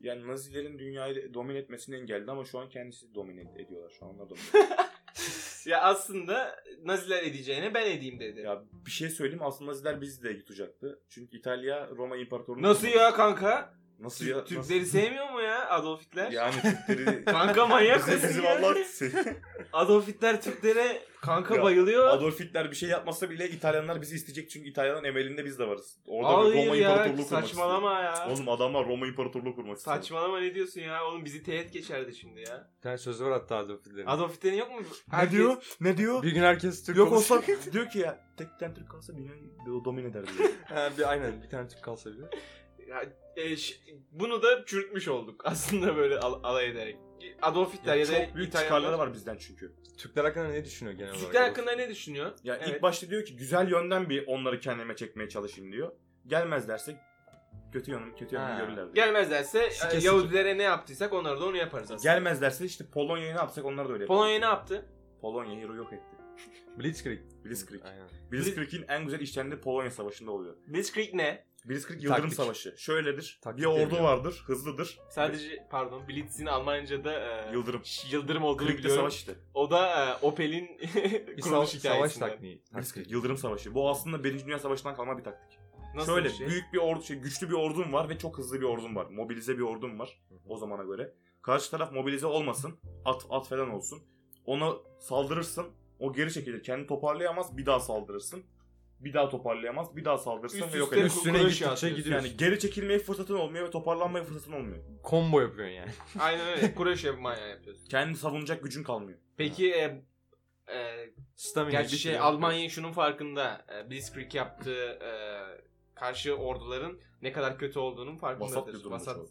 yani Nazilerin dünyayı domine etmesini engelledi ama şu an kendisi domine ed- ediyorlar. Şu an onlar domine ediyor. Ya aslında Naziler edeceğine ben edeyim dedi. ya bir şey söyleyeyim aslında Naziler bizi de yutacaktı. Çünkü İtalya Roma İmparatorluğu Nasıl ya kanka? Nasıl Tür- ya? Türkleri sevmiyor mu ya Adolf Hitler? nasıl? Yani Türkleri Kanka manyak Bizi- mısın bizi ya? vallahi Adolf Hitler Türklere kanka Ya, bayılıyor. Adolf Hitler bir şey yapmasa bile İtalyanlar bizi isteyecek çünkü İtalyanların emelinde biz de varız. Orada bir Hayır ya Roma İmparatorluğu kurmak istiyor. saçmalama ya. Oğlum adamlar Roma İmparatorluğu kurmak istiyor. Saçmalama ne diyorsun ya? Oğlum bizi teğet geçerdi şimdi ya. Bir tane sözü var hatta Adolf Hitler'in. Adolf Hitler'in yok mu? Ne diyor? Ne diyor? Bir gün herkes Türk Yok olsa. olsa- diyor ki ya tek tane Türk kalsa dünyayı domine eder Ha, bir, aynen bir tane Türk kalsa bile. Ya, e, ş- bunu da çürütmüş olduk aslında böyle al- alay ederek. Adolf Hitler ya, da çok büyük çıkarları var bizden çünkü. Türkler hakkında ne düşünüyor genel olarak? Türkler hakkında ne düşünüyor? Ya Evet. ilk başta diyor ki güzel yönden bir onları kendime çekmeye çalışayım diyor. Gelmezlerse kötü yönü kötü yönünü Ha. görürler diyor. Gelmezlerse e, Sike sike. Yahudilere ne yaptıysak onlara da onu yaparız aslında. Gelmezlerse işte Polonya'yı ne yapsak onlar da öyle yapar. Polonya ne yaptı? Polonya'yı yok etti. Blitzkrieg. Blitzkrieg. Aynen. Blitzkrieg'in en güzel işlemleri Polonya Savaşı'nda oluyor. Blitzkrieg ne? Blitzkrieg Yıldırım Taktik. Savaşı. Şöyledir. Taktik bir ordu deniyor. vardır, hızlıdır. Sadece pardon Blitz'in Almanca'da e, Yıldırım. ş- yıldırım olduğunu Krieg de biliyorum. savaş işte. O da e, Opel'in Bir kuruluş savaş, savaş hikayesinden. taktiği. Blitzkrieg, Yıldırım Savaşı. Bu aslında 1. Dünya Savaşı'ndan kalma bir taktik. Nasıl Şöyle bir şey? büyük bir ordu, şey, güçlü bir ordum var ve çok hızlı bir ordum var. Mobilize bir ordum var Hı hı. o zamana göre. Karşı taraf mobilize olmasın, at at falan olsun. Ona saldırırsın, o geri çekilir. Kendi toparlayamaz, bir daha saldırırsın. Bir daha toparlayamaz, bir daha saldırırsın Üst ve yok üste edersin. Üstüne Kuruluş gittikçe yaptı. gidiyor. Yani geri çekilmeye fırsatın olmuyor ve toparlanmaya fırsatın olmuyor. Combo yapıyorsun yani. Aynen öyle. Kureşe manyağı yapıyoruz. Kendi savunacak gücün kalmıyor. Peki e, e, Stamina Gerçi bitiriyor. şey Almanya şunun farkında. E, Blitzkrieg yaptığı e, karşı orduların ne kadar kötü olduğunun farkındadır. Vasat bir durumda Vasat. şu an.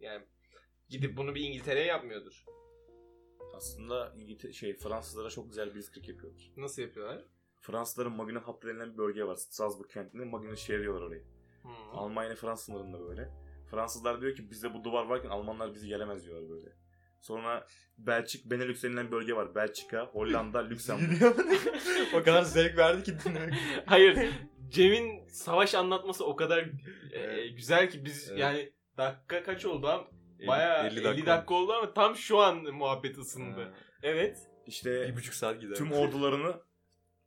Yani gidip bunu bir İngiltere'ye yapmıyordur. Aslında İngiltere, şey Fransızlara çok güzel blitzkrieg yapıyorlar. Nasıl yapıyorlar? Fransızların Maginot Hattı denilen bir bölge var. Strasbourg kentinde Maginot şehri diyorlar orayı. Hmm. Almanya ile Fransa sınırında böyle. Fransızlar diyor ki bizde bu duvar varken Almanlar bizi gelemez diyorlar böyle. Sonra Belçik, Benelux denilen bir bölge var. Belçika, Hollanda, Lüksemburg. o kadar zevk verdi ki dinlemek. Hayır. Cem'in savaş anlatması o kadar e, güzel ki biz Evet. yani dakika kaç oldu ama Elli- bayağı 50 dakika, olmuş. oldu ama tam şu an muhabbet ısındı. Evet. İşte Bir buçuk saat gider. tüm ordularını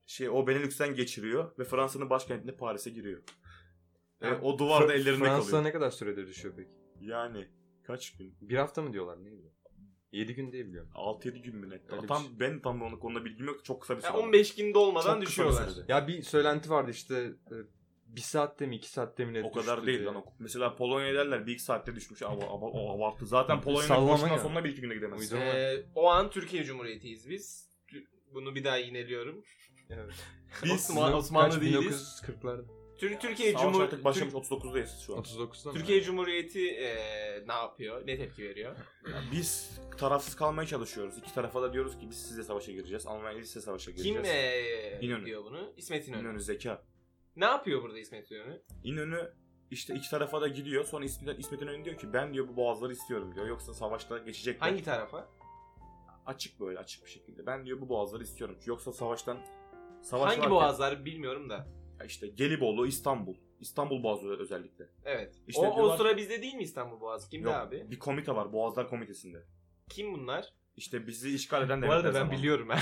şey o Benelux'ten geçiriyor ve Fransa'nın başkentinde Paris'e giriyor. Ve Yani o duvarda Fra- ellerinde Fransa kalıyor. ne kadar sürede düşüyor peki? Yani kaç gün? Bir hafta mı diyorlar? Ne bileyim. 7 gün diye biliyorum. 6-7 gün mü net? Öyle bir Tam şey. ben tam onun konuda bilgim yok. Çok kısa bir süre. Yani 15 gün Çok dolmadan kısa bir düşüyorlar. sürede. Ya bir söylenti vardı işte e, bir saatte mi iki saatte mi ne o kadar düştü değil diye. lan. O. Mesela Polonya derler bir iki saatte düşmüş. Ava, ava, o abartı. Zaten Polonya'nın Sallama başından ya. sonuna bir iki günde gidemez. Uydurma. Ee, o an Türkiye Cumhuriyeti'yiz biz. Tü- Bunu bir daha yineliyorum. Biz Osman- no- Osmanlı kaç? değiliz. 1940'larda. Tür- Türkiye Savaş Cumhur artık başlamış Tür- 39'dayız şu an. 39'da mı? Türkiye Cumhuriyeti e, ne yapıyor? Ne tepki veriyor? Biz tarafsız kalmaya çalışıyoruz. İki tarafa da diyoruz ki biz sizle savaşa gireceğiz. Almanya ile size savaşa gireceğiz. Kim e, İnönü. diyor bunu? İsmet İnönü. İnönü zeka. Ne yapıyor burada İsmet İnönü? İnönü işte iki tarafa da gidiyor. Sonra İsmet, İsmet İnönü diyor ki ben diyor bu boğazları istiyorum diyor. Yoksa savaşta geçecekler. Hangi tarafa? Açık böyle açık bir şekilde. Ben diyor bu boğazları istiyorum. Yoksa savaştan savaş Hangi varken- boğazlar bilmiyorum da. Ya İşte Gelibolu, İstanbul. İstanbul Boğazı özellikle. Evet. İşte o, diyorlar o ki- sıra bizde değil mi İstanbul Boğazı? Kimdi Yok, abi? Bir komite var Boğazlar Komitesi'nde. Kim bunlar? İşte bizi işgal eden Bu arada devletler ben zamanı. biliyorum ben.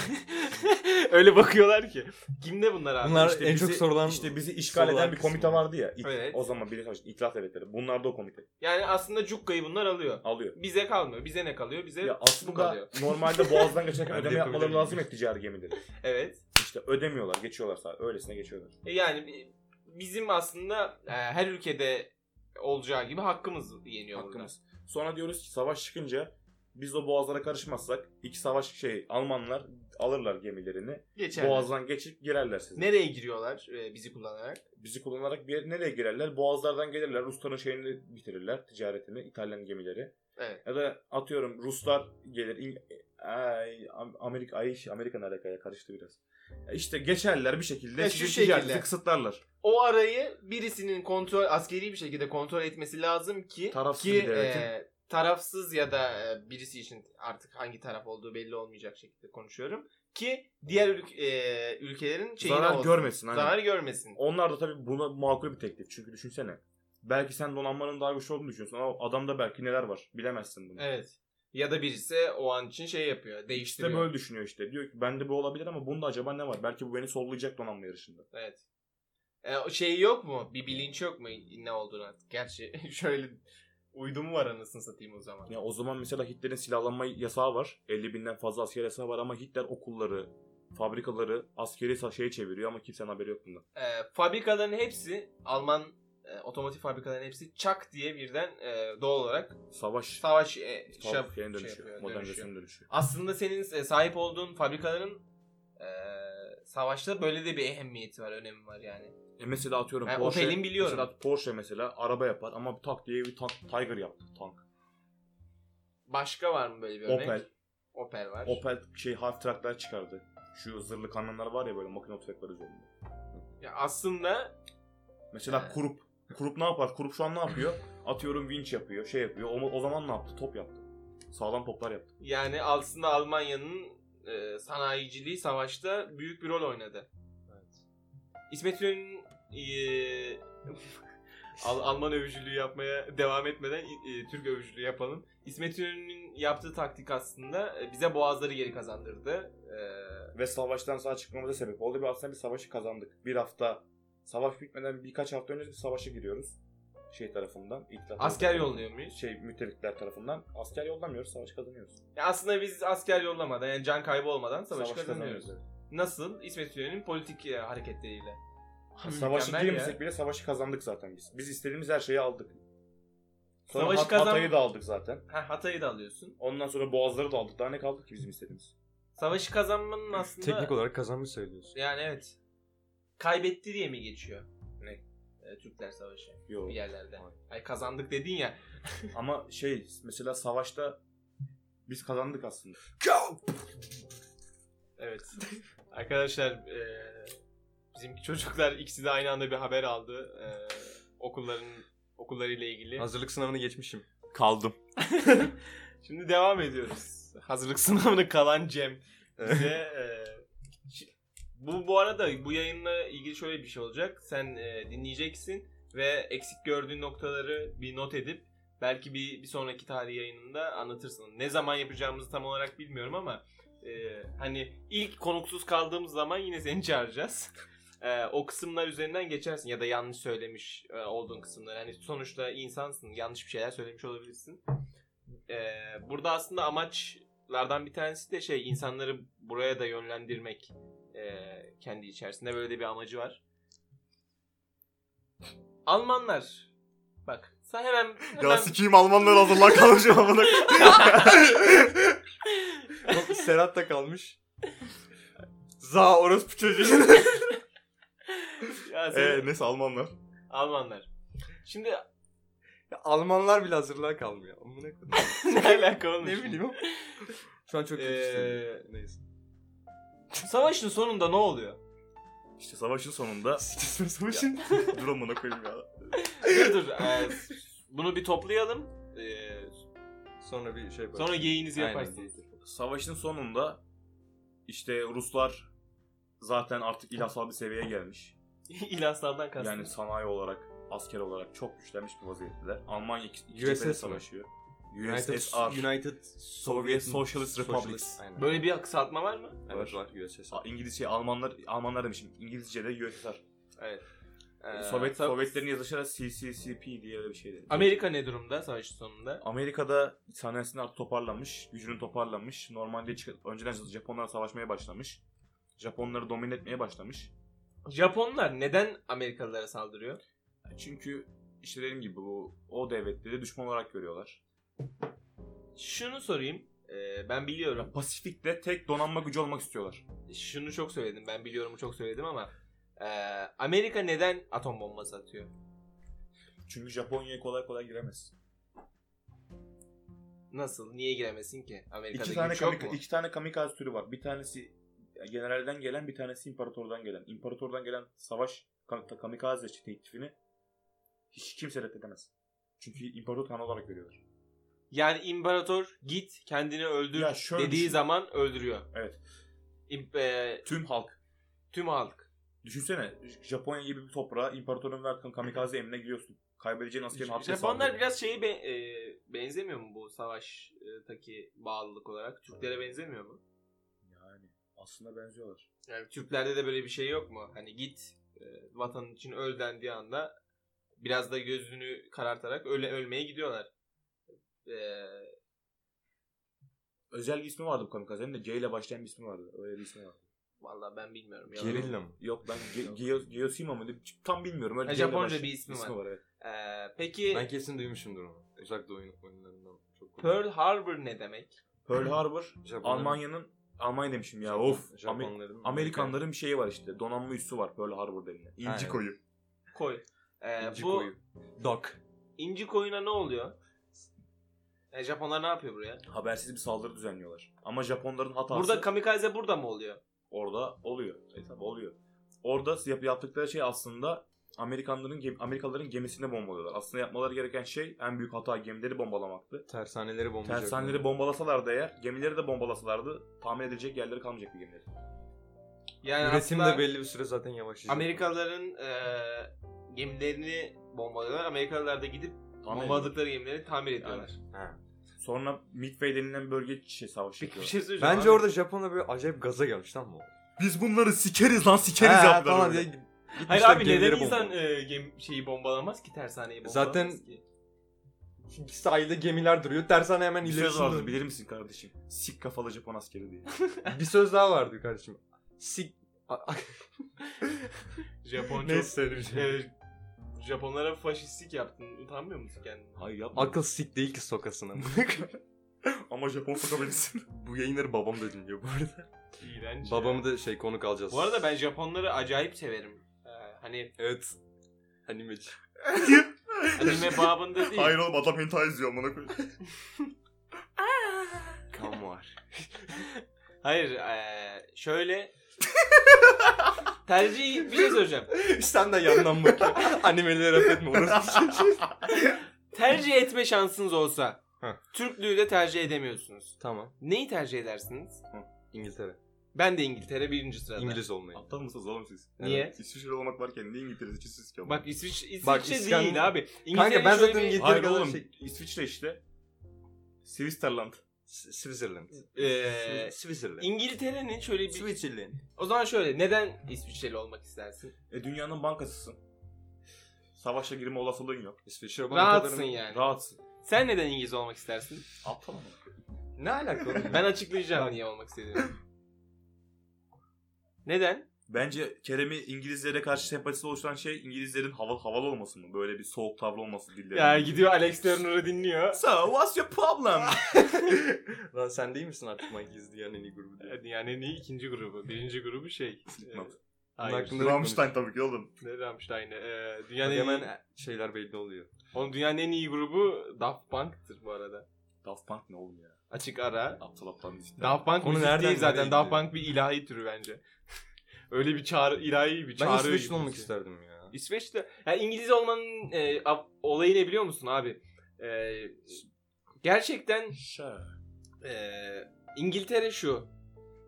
Öyle bakıyorlar ki. Kimde bunlar abi? Bunlar İşte en bizi- çok sorulan İşte bizi işgal sorulan eden bir kısmı. komite vardı ya. İt- Evet. O zaman bir itilaf devletleri. Bunlar da o komite. Yani aslında cukkayı bunlar alıyor. Alıyor. Bize kalmıyor. Bize ne kalıyor? Bize Ya bu aslında kalıyor. normalde boğazdan geçerken Ben de ödeme yapmaları yapabilirim. lazım ya ticari gemileri. Evet. İşte ödemiyorlar, geçiyorlar sadece. Öylesine geçiyorlar. E Yani bi- bizim aslında e, her ülkede olacağı gibi hakkımız yeniyor Hakkımız. Sonra diyoruz ki savaş çıkınca biz o boğazlara karışmazsak iki savaş şey Almanlar alırlar gemilerini. burada. Geçerler. Boğazdan geçip girerler size. Nereye giriyorlar e, bizi kullanarak? Bizi kullanarak bir yere- nereye girerler? Boğazlardan gelirler. Rusların şeyini bitirirler. Ticaretini. İtalyan gemileri. Evet. Ya da atıyorum Ruslar gelir. İng- ay, Am- Amerika, ay, Amerika ne alaka ya? karıştı biraz. Ya işte geçerler bir şekilde. Ya sizin şu şekilde. ticareti kısıtlarlar. O arayı birisinin kontrol askeri bir şekilde kontrol etmesi lazım ki Tarafsız ki bir devletin. e, tarafsız ya da e, birisi için artık hangi taraf olduğu belli olmayacak şekilde konuşuyorum ki diğer ülk- e, ülkelerin şeyini Zarar olsun. görmesin. aynen. Zarar görmesin. Onlar da tabii buna makul bir teklif. Çünkü düşünsene. Belki sen donanmanın daha güçlü olduğunu düşünüyorsun ama adamda belki neler var. Bilemezsin bunu. Evet. Ya da birisi o an için şey yapıyor, İşte değiştiriyor. böyle düşünüyor işte. Diyor ki bende bu olabilir ama bunda acaba ne var? Belki bu beni sollayacak donanma yarışında. Evet. E, o şey yok mu? Bir bilinç yok mu ne olduğunu artık? Gerçi şöyle uydumu var anasını satayım o zaman. Ya o zaman mesela Hitler'in silahlanma yasağı var. 50 binden fazla asker yasağı var ama Hitler okulları, fabrikaları, askeri sa- şeye çeviriyor ama kimsenin haberi yok bundan. E, fabrikaların hepsi Alman e, otomotiv fabrikaların hepsi çak diye birden e, doğal olarak Savaş. savaş e, şey, Savaş şeyine şey dönüşüyor. yapıyor, modern dönüşüyor. dönüşüyor. dönüşüyor. Aslında senin e, sahip olduğun fabrikaların e, savaşta böyle de bir ehemmiyeti var, önemi var yani. E mesela atıyorum Ben Porsche. Opel'in biliyorum. Mesela Porsche mesela araba yapar ama tak diye bir tank, Tiger yaptı tank. Başka var mı böyle bir örnek? Opel. Opel var. Opel şey half trackler çıkardı. Şu zırhlı kamyonlar var ya böyle makine tüfekleri üzerinde. Ya aslında Mesela Ee. Kurup. Kurup ne yapar? Kurup şu an ne yapıyor? Atıyorum vinç yapıyor, şey yapıyor. O, o zaman ne yaptı? Top yaptı. Sağlam toplar yaptı. Yani aslında Almanya'nın e, sanayiciliği savaşta büyük bir rol oynadı. İsmet İnönü'nün e, Al- Alman övücülüğü yapmaya devam etmeden e, Türk övücülüğü yapalım. İsmet İnönü'nün yaptığı taktik aslında e, bize boğazları geri kazandırdı. E, ve savaştan sağ çıkmamıza sebep oldu. Bir aslında bir savaşı kazandık. Bir hafta savaş bitmeden birkaç hafta önce bir savaşa giriyoruz. Şey tarafından. İtilaf asker yolluyor muyuz? Şey müttefikler tarafından. Asker yollamıyoruz. Savaş kazanıyoruz. Ya aslında biz asker yollamadan yani can kaybı olmadan savaşı Savaş kazanıyoruz. kazanıyoruz. Nasıl? İsmet İnönü'nün politik e, hareketleriyle. Abi Savaşı mükemmel ya. girmesek bile savaşı kazandık zaten biz. Biz istediğimiz her şeyi aldık. Sonra Savaşı savaşı kazan- Hatay'ı da aldık zaten. Ha, Hatay'ı da alıyorsun. Ondan sonra Boğazları da aldık. Daha ne kaldı ki bizim istediğimiz? Savaşı kazanmanın aslında... Teknik olarak kazanmış sayılıyorsun. Yani evet. Kaybetti diye mi geçiyor? Ne? Ee, Türkler Savaşı Yok. bir yerlerde. Ay kazandık dedin ya. Ama şey mesela savaşta biz kazandık aslında. Evet. Arkadaşlar eee bizimki çocuklar ikisi de aynı anda bir haber aldı. Eee, okulların okullarıyla ilgili. Hazırlık sınavını geçmişim. Kaldım. Şimdi devam ediyoruz. Hazırlık sınavını kalan Cem. Bize, E, eee, e, şi- bu bu arada bu yayınla ilgili şöyle bir şey olacak. Sen eee, dinleyeceksin ve eksik gördüğün noktaları bir not edip belki bir bir sonraki tarih yayınında anlatırsın. Ne zaman yapacağımızı tam olarak bilmiyorum ama eee, hani ilk konuksuz kaldığımız zaman yine seni çağıracağız. Eee, Ee, o kısımlar üzerinden geçersin ya da yanlış söylemiş eee, olduğun kısımlar. Hani sonuçta insansın. Yanlış bir şeyler söylemiş olabilirsin. Ee, burada aslında amaçlardan bir tanesi de şey insanları buraya da e, yönlendirmek Ee, kendi içerisinde böyle de bir amacı var. Almanlar. Bak sen hemen, hemen Ya sikiyim Almanlar hazırlan kalmışım amına. Bak, Serhat da kalmış. Za orospu çocuğu. Ee, Ya sen- Eee neyse Almanlar. Almanlar. Şimdi Ya, Almanlar bile hazırlığa kalmıyor. Amına koyayım. ne alaka olmuş? ne bileyim. Şu an çok kötü Ee, hissediyorum. Neyse. Savaşın sonunda ne oluyor? İşte savaşın sonunda Sikisme savaşın. dur amına koyayım ya. dur dur. Ee, bunu bir toplayalım. Ee, Sonra bir şey sonra geyiğinizi Aynen. yaparsınız. Savaşın sonunda işte Ruslar zaten artık ilhasal bir seviyeye gelmiş. İlhasaldan kastım. Yani sanayi olarak, asker olarak çok güçlenmiş bir vaziyetteler. Almanya iki, iki USS cephede mi? savaşıyor. USSR. USSR. United Soviet Socialist Republics. Aynen. Böyle bir kısaltma var mı? evet var USSR. Aa, İngilizce, Almanlar, Almanlar demişim. İngilizce'de USSR. Ee, Sovyet, sa- Sovyetlerin yazışarak CCCP diye öyle bir şeydi. Amerika ne durumda savaşın sonunda? Amerika'da sanayisini artık toparlanmış, gücünü toparlanmış. Normandiya çıkıp önceden Japonlarla savaşmaya başlamış. Japonları domine etmeye başlamış. Japonlar neden Amerikalılara saldırıyor? Çünkü işte dediğim gibi bu o devletleri düşman olarak görüyorlar. Şunu sorayım. Ee, ben biliyorum. Pasifik'te tek donanma gücü olmak istiyorlar. Şunu çok söyledim. Ben biliyorumu çok söyledim ama ee, Amerika neden atom bombası atıyor? Çünkü Japonya'ya kolay kolay giremez. Nasıl? Niye giremesin ki? Amerika'da iki tane E, güç yok kamika- mu? iki tane kamikaze türü var. Bir tanesi generalden gelen, bir tanesi imparatordan gelen. İmparatordan gelen savaş kam- kamikaze teklifini hiç kimse reddedemez. Çünkü imparator tanrı olarak görüyorlar. Yani imparator git kendini öldür Ya şöyle dediği düşün. zaman öldürüyor. Evet. İmp- e, Tüm halk tüm halk. Düşünsene Japonya gibi bir toprağa imparatorun verdiğin kamikaze emrine giriyorsun. Kaybedeceğin askerin hapse Japonlar saldırıyor. biraz şeyi be- e, benzemiyor mu bu savaştaki bağlılık olarak? Türklere benzemiyor mu? Yani aslında benziyorlar. Yani Türklerde de böyle bir şey yok mu? Hani git e, vatanın için öl dendiği anda biraz da gözünü karartarak öle ölmeye gidiyorlar. E, Özel bir ismi vardı bu kamikazenin de C ile başlayan bir ismi vardı. Öyle bir ismi vardı. vallahi ben bilmiyorum. yalan yok. Gerilla mı? Yok ben Ge- Ge- Geosima mı? Tam bilmiyorum. Öyle Ha, C ile Japonca başlayan bir ismi var. evet. E, peki Ben kesin duymuşumdur onu. Uzak Doğu oyun- oyunlarından çok Pearl Harbor ne demek? Pearl Harbor Japonların- Almanya'nın Almanya demişim ya Japon- of. Amer- Japonların. Amerikanların bir şeyi var işte. Donanma üssü var Pearl Harbor denilen. İnci Aynen. koyu. Koy. E, İnci bu koyu. Doc. İnci koyuna ne oluyor? E, Japonlar ne yapıyor buraya? Habersiz bir saldırı düzenliyorlar. Ama Japonların hatası Burada kamikaze burada mı oluyor? orada oluyor. E tabii oluyor. Orada yap- yaptıkları şey aslında Amerikanların gem- Amerikalıların gemisini bombalıyorlar. Aslında yapmaları gereken şey en büyük hata gemileri bombalamaktı. Tersaneleri bombalayacak. Tersaneleri bombalasalardı eğer, gemileri de bombalasalardı tamir edilecek yerleri kalmayacaktı gemilerin. Yani Üretim aslında de belli bir süre zaten yavaşlayacak. Amerikalıların e, gemilerini bombalıyorlar. Amerikalılar da gidip Tamir bombaladıkları gemileri tamir ediyorlar. Ha. Sonra Midway denilen bir bölge şey savaş Peki bir yapıyorlar. şey söyleyeceğim. Bence abi. orada Japonlar böyle acayip gaza gelmiş tamam mı? Biz bunları sikeriz lan sikeriz Ha, yaptılar. falan öyle. diye gitmişler Hayır abi neden gemileri insan bombalıyor. e, gemi şeyi bombalamaz ki tersaneyi bombalamaz Zaten- ki? Çünkü sahilde gemiler duruyor. Tersane hemen Bir söz vardı ilerisinde. bilir misin kardeşim? Sik kafalı Japon askeri diye. bir söz daha vardı kardeşim. Sik... Japon çok... Neyse söyleyeceğim. e, Japonlara faşistlik yaptın. Utanmıyor musun kendini? Hayır yapma. Akıl sik değil ki sokasına. Ama Japon sokabilirsin. bu yayınları babam da dinliyor bu arada. İğrenç. Babamı da şey konuk alacağız. Bu arada ben Japonları acayip severim. E, hani Evet. Animeci. anime babında değil. Hayır oğlum adam hentai izliyor amına koyayım. Kan var. Hayır, eee, şöyle tercih bir şey soracağım. Sen de yandan bak. Animeleri laf etme. Orası Tercih etme şansınız olsa Heh. Türklüğü de tercih edemiyorsunuz. Tamam. Neyi tercih edersiniz? İngiltere. Ben de İngiltere birinci sırada. İngiliz olmayı. Aptal mısınız oğlum siz? Niye? İsviçre olmak varken niye İngiltere'si çizsiz ki Bak İsviç İsviçre Bak, İskan- değil abi. Kanka ben şöyle zaten bir, İngiltere Hayır kadar oğlum şey... İsviçre işte. Switzerland. S- Switzerland. eee, Switzerland. e, İngiltere'nin şöyle bir... Switzerland. O zaman şöyle neden İsviçreli olmak istersin? E dünyanın bankasısın. Savaşa girme olasılığın yok. İsviçre Rahatsın bankalarının- yani. Rahatsın. Sen neden İngiliz olmak istersin? Aptal ama. Ne alaka oğlum? Ben açıklayacağım niye olmak istediğimi. Neden? Bence Kerem'i İngilizlere karşı sempatisi oluşturan şey İngilizlerin hava, havalı olması mı? Böyle bir soğuk tavrı olması dillerinde. Ya gidiyor Alex Turner'ı dinliyor. So what's your problem? Lan sen değil misin artık Monkeys dünyanın en iyi grubu diye. Yani en iyi ikinci grubu. Birinci grubu şey. Slipknot. e, Bunun hayır. hakkında da Rammstein tabii ki oğlum. Ne Rammstein'e. E, Yani dünyanın en iyi, hemen şeyler belli oluyor. Oğlum dünyanın en iyi grubu Daft Punk'tır bu arada. Daft Punk ne oğlum ya? Açık ara. Aptal aptal müzikler. Daft Punk Konu müzik nereden değil zaten. nereye Daft gidiyor? Punk bir ilahi türü bence. Öyle bir çağrı, ilahi bir çağrı. Ben İsveçli gibi olmak mesela. isterdim ya. İsveç'te ya İngiliz olmanın e, ab- olayı ne biliyor musun abi? E, gerçekten şey. e, İngiltere şu.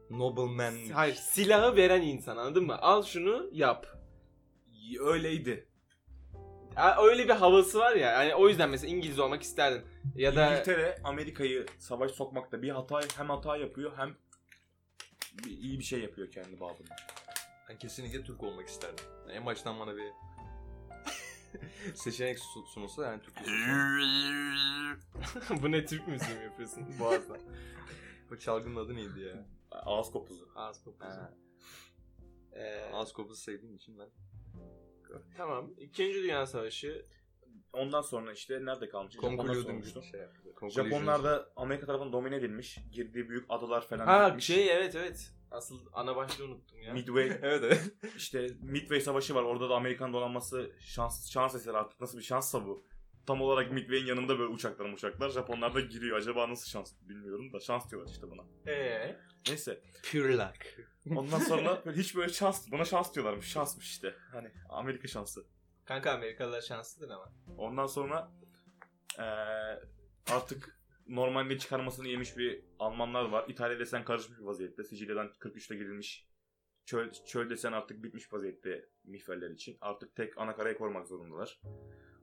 Nobleman. Hayır silahı veren insan anladın mı? Al şunu yap. Öyleydi. Ya öyle bir havası var ya. Yani o yüzden mesela İngiliz olmak isterdim. Ya da İngiltere Amerika'yı savaş sokmakta bir hata hem hata yapıyor hem bir- iyi bir şey yapıyor kendi babında. Ben kesinlikle Türk olmak isterdim. Yani en baştan bana bir seçenek su- sunulsa yani Türk olurdu. bu ne Türk müziği mi yapıyorsun boğazda? Bu çalgının adı neydi ya? Ağız kopuzu. Ağız kokusu. Ha. E, Az kopuzu sevdiğim için ben. tamam. İkinci Dünya Savaşı. Ondan sonra işte nerede kalmış? Japonlar Konkuluyordum. sormuştu. Japonlar Japonlarda da Amerika tarafından domine edilmiş. Girdiği büyük adalar falan. Ha gitmiş. şey evet evet. Asıl ana başlığı unuttum ya. Midway Evet evet. işte Midway savaşı var. Orada da Amerikan donanması şans şans eseri artık nasıl bir şanssa bu. Tam olarak Midway'in yanında böyle uçaklar uçaklar. Japonlar da giriyor. Acaba nasıl şans bilmiyorum da şans diyorlar işte buna. Ee, Neyse. Pure luck. Ondan sonra böyle hiç böyle şans buna şans diyorlarmış. Şansmış işte. Hani Amerika şansı. kanka Amerikalılar şanslıdır ama. Ondan sonra eee, artık normalde çıkarmasını yemiş bir Almanlar var. İtalya desen karışmış bir vaziyette. Sicilya'dan 43'te girilmiş. Çöl, çöl desen artık bitmiş vaziyette mihverler için. Artık tek ana karayı korumak zorundalar.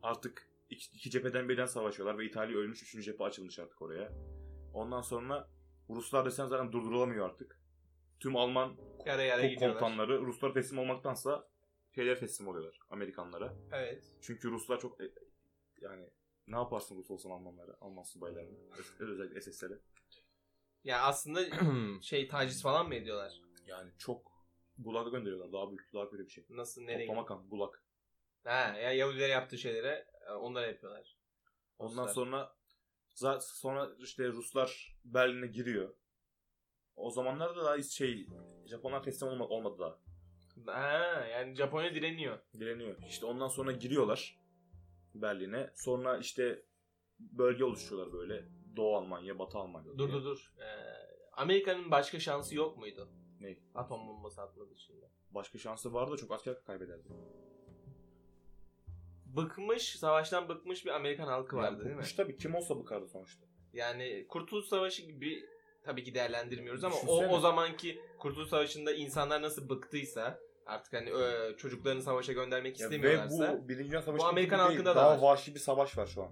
Artık iki, iki cepheden birden savaşıyorlar ve İtalya ölmüş. Üçüncü cephe açılmış artık oraya. Ondan sonra Ruslar desen zaten durdurulamıyor artık. Tüm Alman Yara yara Ko- gidiyorlar. komutanları Ruslara teslim olmaktansa şeyler teslim oluyorlar Amerikanlara. Evet. Çünkü Ruslar çok e, yani ne yaparsın Rus olsan Almanlara, Alman subaylarına, öz- özellikle SS'lere. Ya aslında şey taciz falan mı ediyorlar? Yani çok gulaga gönderiyorlar daha büyük, daha kötü bir şey. Nasıl nereye? Toplama kamp, gulag. Ha, ya Yahudiler yaptığı şeylere e, onlar yapıyorlar. Ondan Ruslar. sonra za- sonra işte Ruslar Berlin'e giriyor. O zamanlarda daha şey Japonlar teslim olma- olmadı daha. Ha, yani Japonya direniyor. Direniyor. İşte ondan sonra giriyorlar Berlin'e. Sonra işte bölge oluşturuyorlar böyle. Doğu Almanya, Batı Almanya. Dur dur dur. Ee, Amerika'nın başka şansı yok muydu? Ne? Atom bombası atmadı şimdi. Başka şansı vardı da çok asker kaybederdi. Bıkmış, savaştan bıkmış bir Amerikan halkı vardı değil mi? Bıkmış tabii. Kim olsa bıkardı sonuçta. Yani Kurtuluş Savaşı gibi tabii ki değerlendirmiyoruz ama o, Düşünsene. o zamanki Kurtuluş Savaşı'nda insanlar nasıl bıktıysa artık hani e, çocuklarını savaşa göndermek Ya ve istemiyorlarsa bu Birinci Dünya Savaşı Bu Amerikan gibi değil, halkında da daha var. vahşi bir savaş var şu an.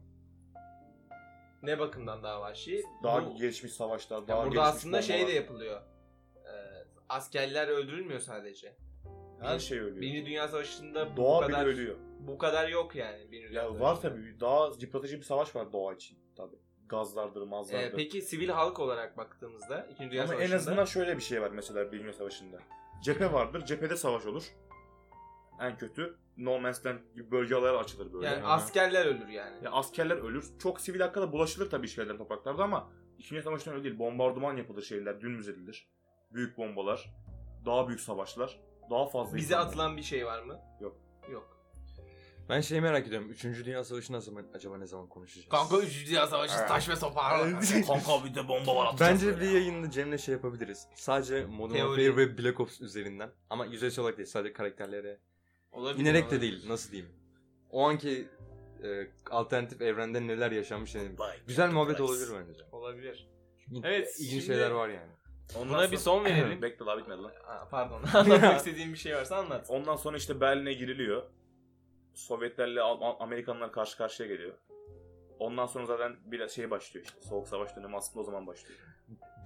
ne bakımdan daha vahşi? Daha Bu- gelişmiş savaşlar, Ya daha burada gelişmiş aslında şey de bombalar. yapılıyor. Ee, askerler öldürülmüyor sadece. Her şey ölüyor. Birinci Dünya Savaşı'nda bu Doğa bile kadar ölüyor. bu kadar yok yani. Birinci Dünya Ya var Savaşı'nda. Ee, tabii. Daha yıpratıcı bir savaş var doğa için. Tabii. Gazlardır, Ee, mazlardır. peki sivil halk olarak baktığımızda İkinci Dünya Ama Savaşı'nda en azından şöyle bir şey var mesela Birinci Dünya Savaşı'nda. Cephe vardır. Cephede savaş olur. En kötü. No Man's Land gibi bölgeler açılır böyle. yani Yani askerler ölür yani. Ya askerler ölür. Çok sivil hakka da bulaşılır tabii işgalden topraklarda ama İkinci Dünya Savaşı'ndan öyle değil. Bombardıman yapılır şehirler. Dümdüz edilir. Büyük bombalar. Daha büyük savaşlar. Daha fazla Bize insan var. atılan bir şey var mı? Yok. Yok. Ben şeyi merak ediyorum. Üçüncü Dünya Savaşı ne zaman, acaba ne zaman konuşacağız? Kanka 3. Dünya Savaşı Evet. taş ve sopa. Kanka bir de bomba var atacağız Bence böyle bir ya. yayında Cem'le şey yapabiliriz. Sadece Modern Teori. Warfare ve Black Ops üzerinden. Ama yüzeysel olarak değil. Sadece karakterlere. Olabilir, İnerek de olabilir. değil. Nasıl diyeyim? O anki e, alternatif evrende neler yaşanmış yani. Vay, Güzel muhabbet Christ. olabilir bence. Olabilir. İlginç- Evet, İlginç şimdi- şeyler var yani. Ondan Buna bir sonra- son verelim. Bekle daha bitmedi lan. Aa, pardon. Anlatmak istediğin bir şey varsa anlat. Ondan sonra işte Berlin'e giriliyor. Sovyetlerle Al- Al- Amerikanlar karşı karşıya geliyor. Ondan sonra zaten bir şey başlıyor işte. Soğuk savaş dönemi aslında o zaman başlıyor.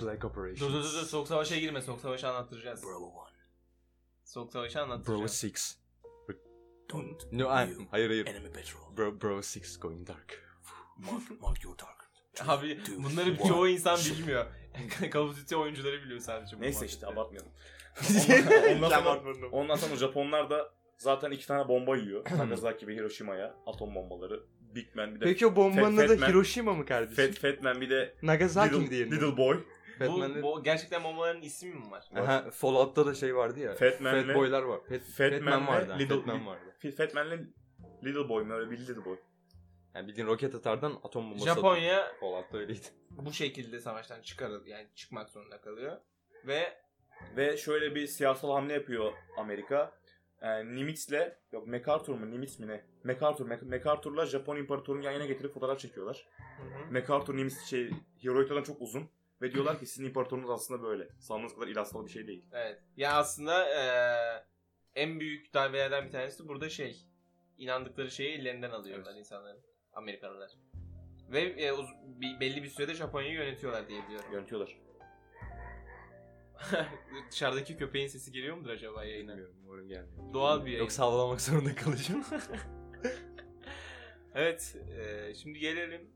Black Dur Operation. dur dur dur. Soğuk Savaş'a girme. Soğuk Savaş'ı anlattıracağız. Soğuk Savaş'ı Bro anlattıracağız. 6. No, I'm, hayır hayır. Enemy patrol. Bro, bro 6 going dark. Mark, mark your target. Abi Dude, bunları what? çoğu insan bilmiyor. Call of Duty oyuncuları biliyor sadece. bu Neyse muhabbeti. işte abartmayalım. Ondan Ondan sonra, sonra... ondan sonra Japonlar da zaten iki tane bomba yiyor. Nagasaki ve Hiroşima'ya. Atom bombaları. Big Man bir de. Peki o bombanın Fat- adı Fatman. Hiroşima mı kardeşim? Fat, Fat Man bir de Nagasaki mi Little, diyelim? Little Boy. Fatman Bu, bu gerçekten bombaların ismi mi var? Aha, Fallout'ta da şey vardı ya. Fat Man'le- Fat Boy'lar var. Fat, Fat Fatman Man'le vardı. Little- Little, Fatman vardı. F- Fat Man'le Little Boy mu? Öyle bir Little Boy. Yani bildiğin roket atardan atom bombası atıyor. Japonya Fallout'ta öyleydi. bu şekilde savaştan çıkarıl yani çıkmak zorunda kalıyor. Ve Ve şöyle bir siyasal hamle yapıyor Amerika. Ee, Nimitz-le, yok MacArthur mu Nimitz mi ne? MacArthur, Mac- MacArthur'la Japon İmparatorunu yan yana getirip fotoğraf çekiyorlar. MacArthur Nimitz şey, Hirohito'dan çok uzun. Ve diyorlar ki sizin imparatorunuz aslında böyle. Sandığınız kadar ilaçlı bir şey değil. evet. Ya aslında eee, en büyük darbelerden bir tanesi burada şey inandıkları şeyi ellerinden alıyorlar insanların Amerikalılar. Ve e, uz- bir- belli bir sürede Japonya'yı yönetiyorlar diye biliyorum. Yönetiyorlar. Dışarıdaki köpeğin sesi geliyor mudur acaba yayına? Bilmiyorum umarım gelmiyor. Doğal bir yayın. Yok sağlamak zorunda kalacağım. Evet. eee, şimdi gelelim.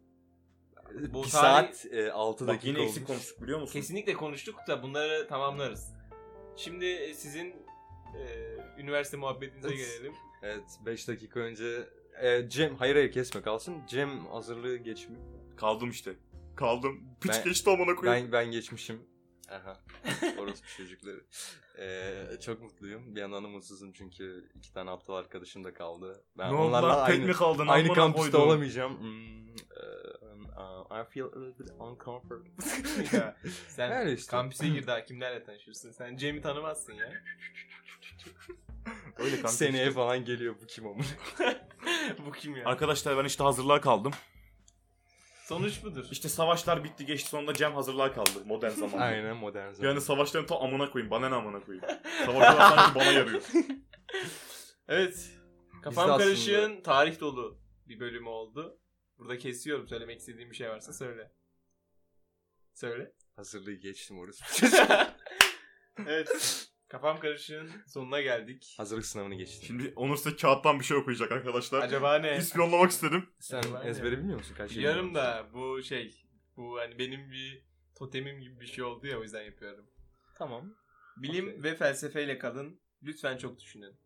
Bu bir tarih- saat e, 6 Bak dakika yine olmuş. eksik konuştuk biliyor musun? Kesinlikle konuştuk da bunları tamamlarız. Şimdi e, sizin e, üniversite muhabbetinize Evet. gelelim. Evet 5 dakika önce e, Cem hayır hayır kesme kalsın. Cem hazırlığı geçmiş. Kaldım işte. Kaldım. Piç Ben- geçti amına koyayım. Ben ben geçmişim. Aha. Orospu çocukları. E, çok mutluyum. Bir yandan da mutsuzum çünkü iki tane aptal arkadaşım da kaldı. Ben ne oldu onlarla lan? Tek aynı mi kaldın? aynı Amına kampüste koydum. olamayacağım. Hmm, e, um, uh, I feel a little bit uncomfortable. Ya, Sen Öyle işte. kampüse gir daha kimlerle tanışırsın? Sen Cem'i tanımazsın ya. Öyle kanka. Seneye falan geliyor bu kim amına. Bu kim ya? Arkadaşlar ben işte hazırlığa kaldım. Sonuç budur. İşte savaşlar bitti geçti sonunda Cem hazırlığa kaldı modern zamanda. Aynen modern zaman. Yani savaşların tam amına koyayım. Bana ne amına koyayım. Savaşlar sanki bana yarıyor. Evet. Biz de Kafam aslında- karışığın tarih dolu bir bölümü oldu. Burada kesiyorum. Söylemek istediğim bir şey varsa söyle. Söyle. Hazırlığı geçtim orospu. evet. Kafam karışığın sonuna geldik. Hazırlık sınavını geçtim. Şimdi Onur size kağıttan bir şey okuyacak arkadaşlar. Acaba ne? İspiyonlamak istedim. Sen Acaba ne? ezbere bilmiyor musun kaç Biliyorum da bu şey bu hani benim bir totemim gibi bir şey oldu ya o yüzden yapıyorum. Tamam. Bilim Okey. ve felsefeyle kalın. Lütfen çok düşünün.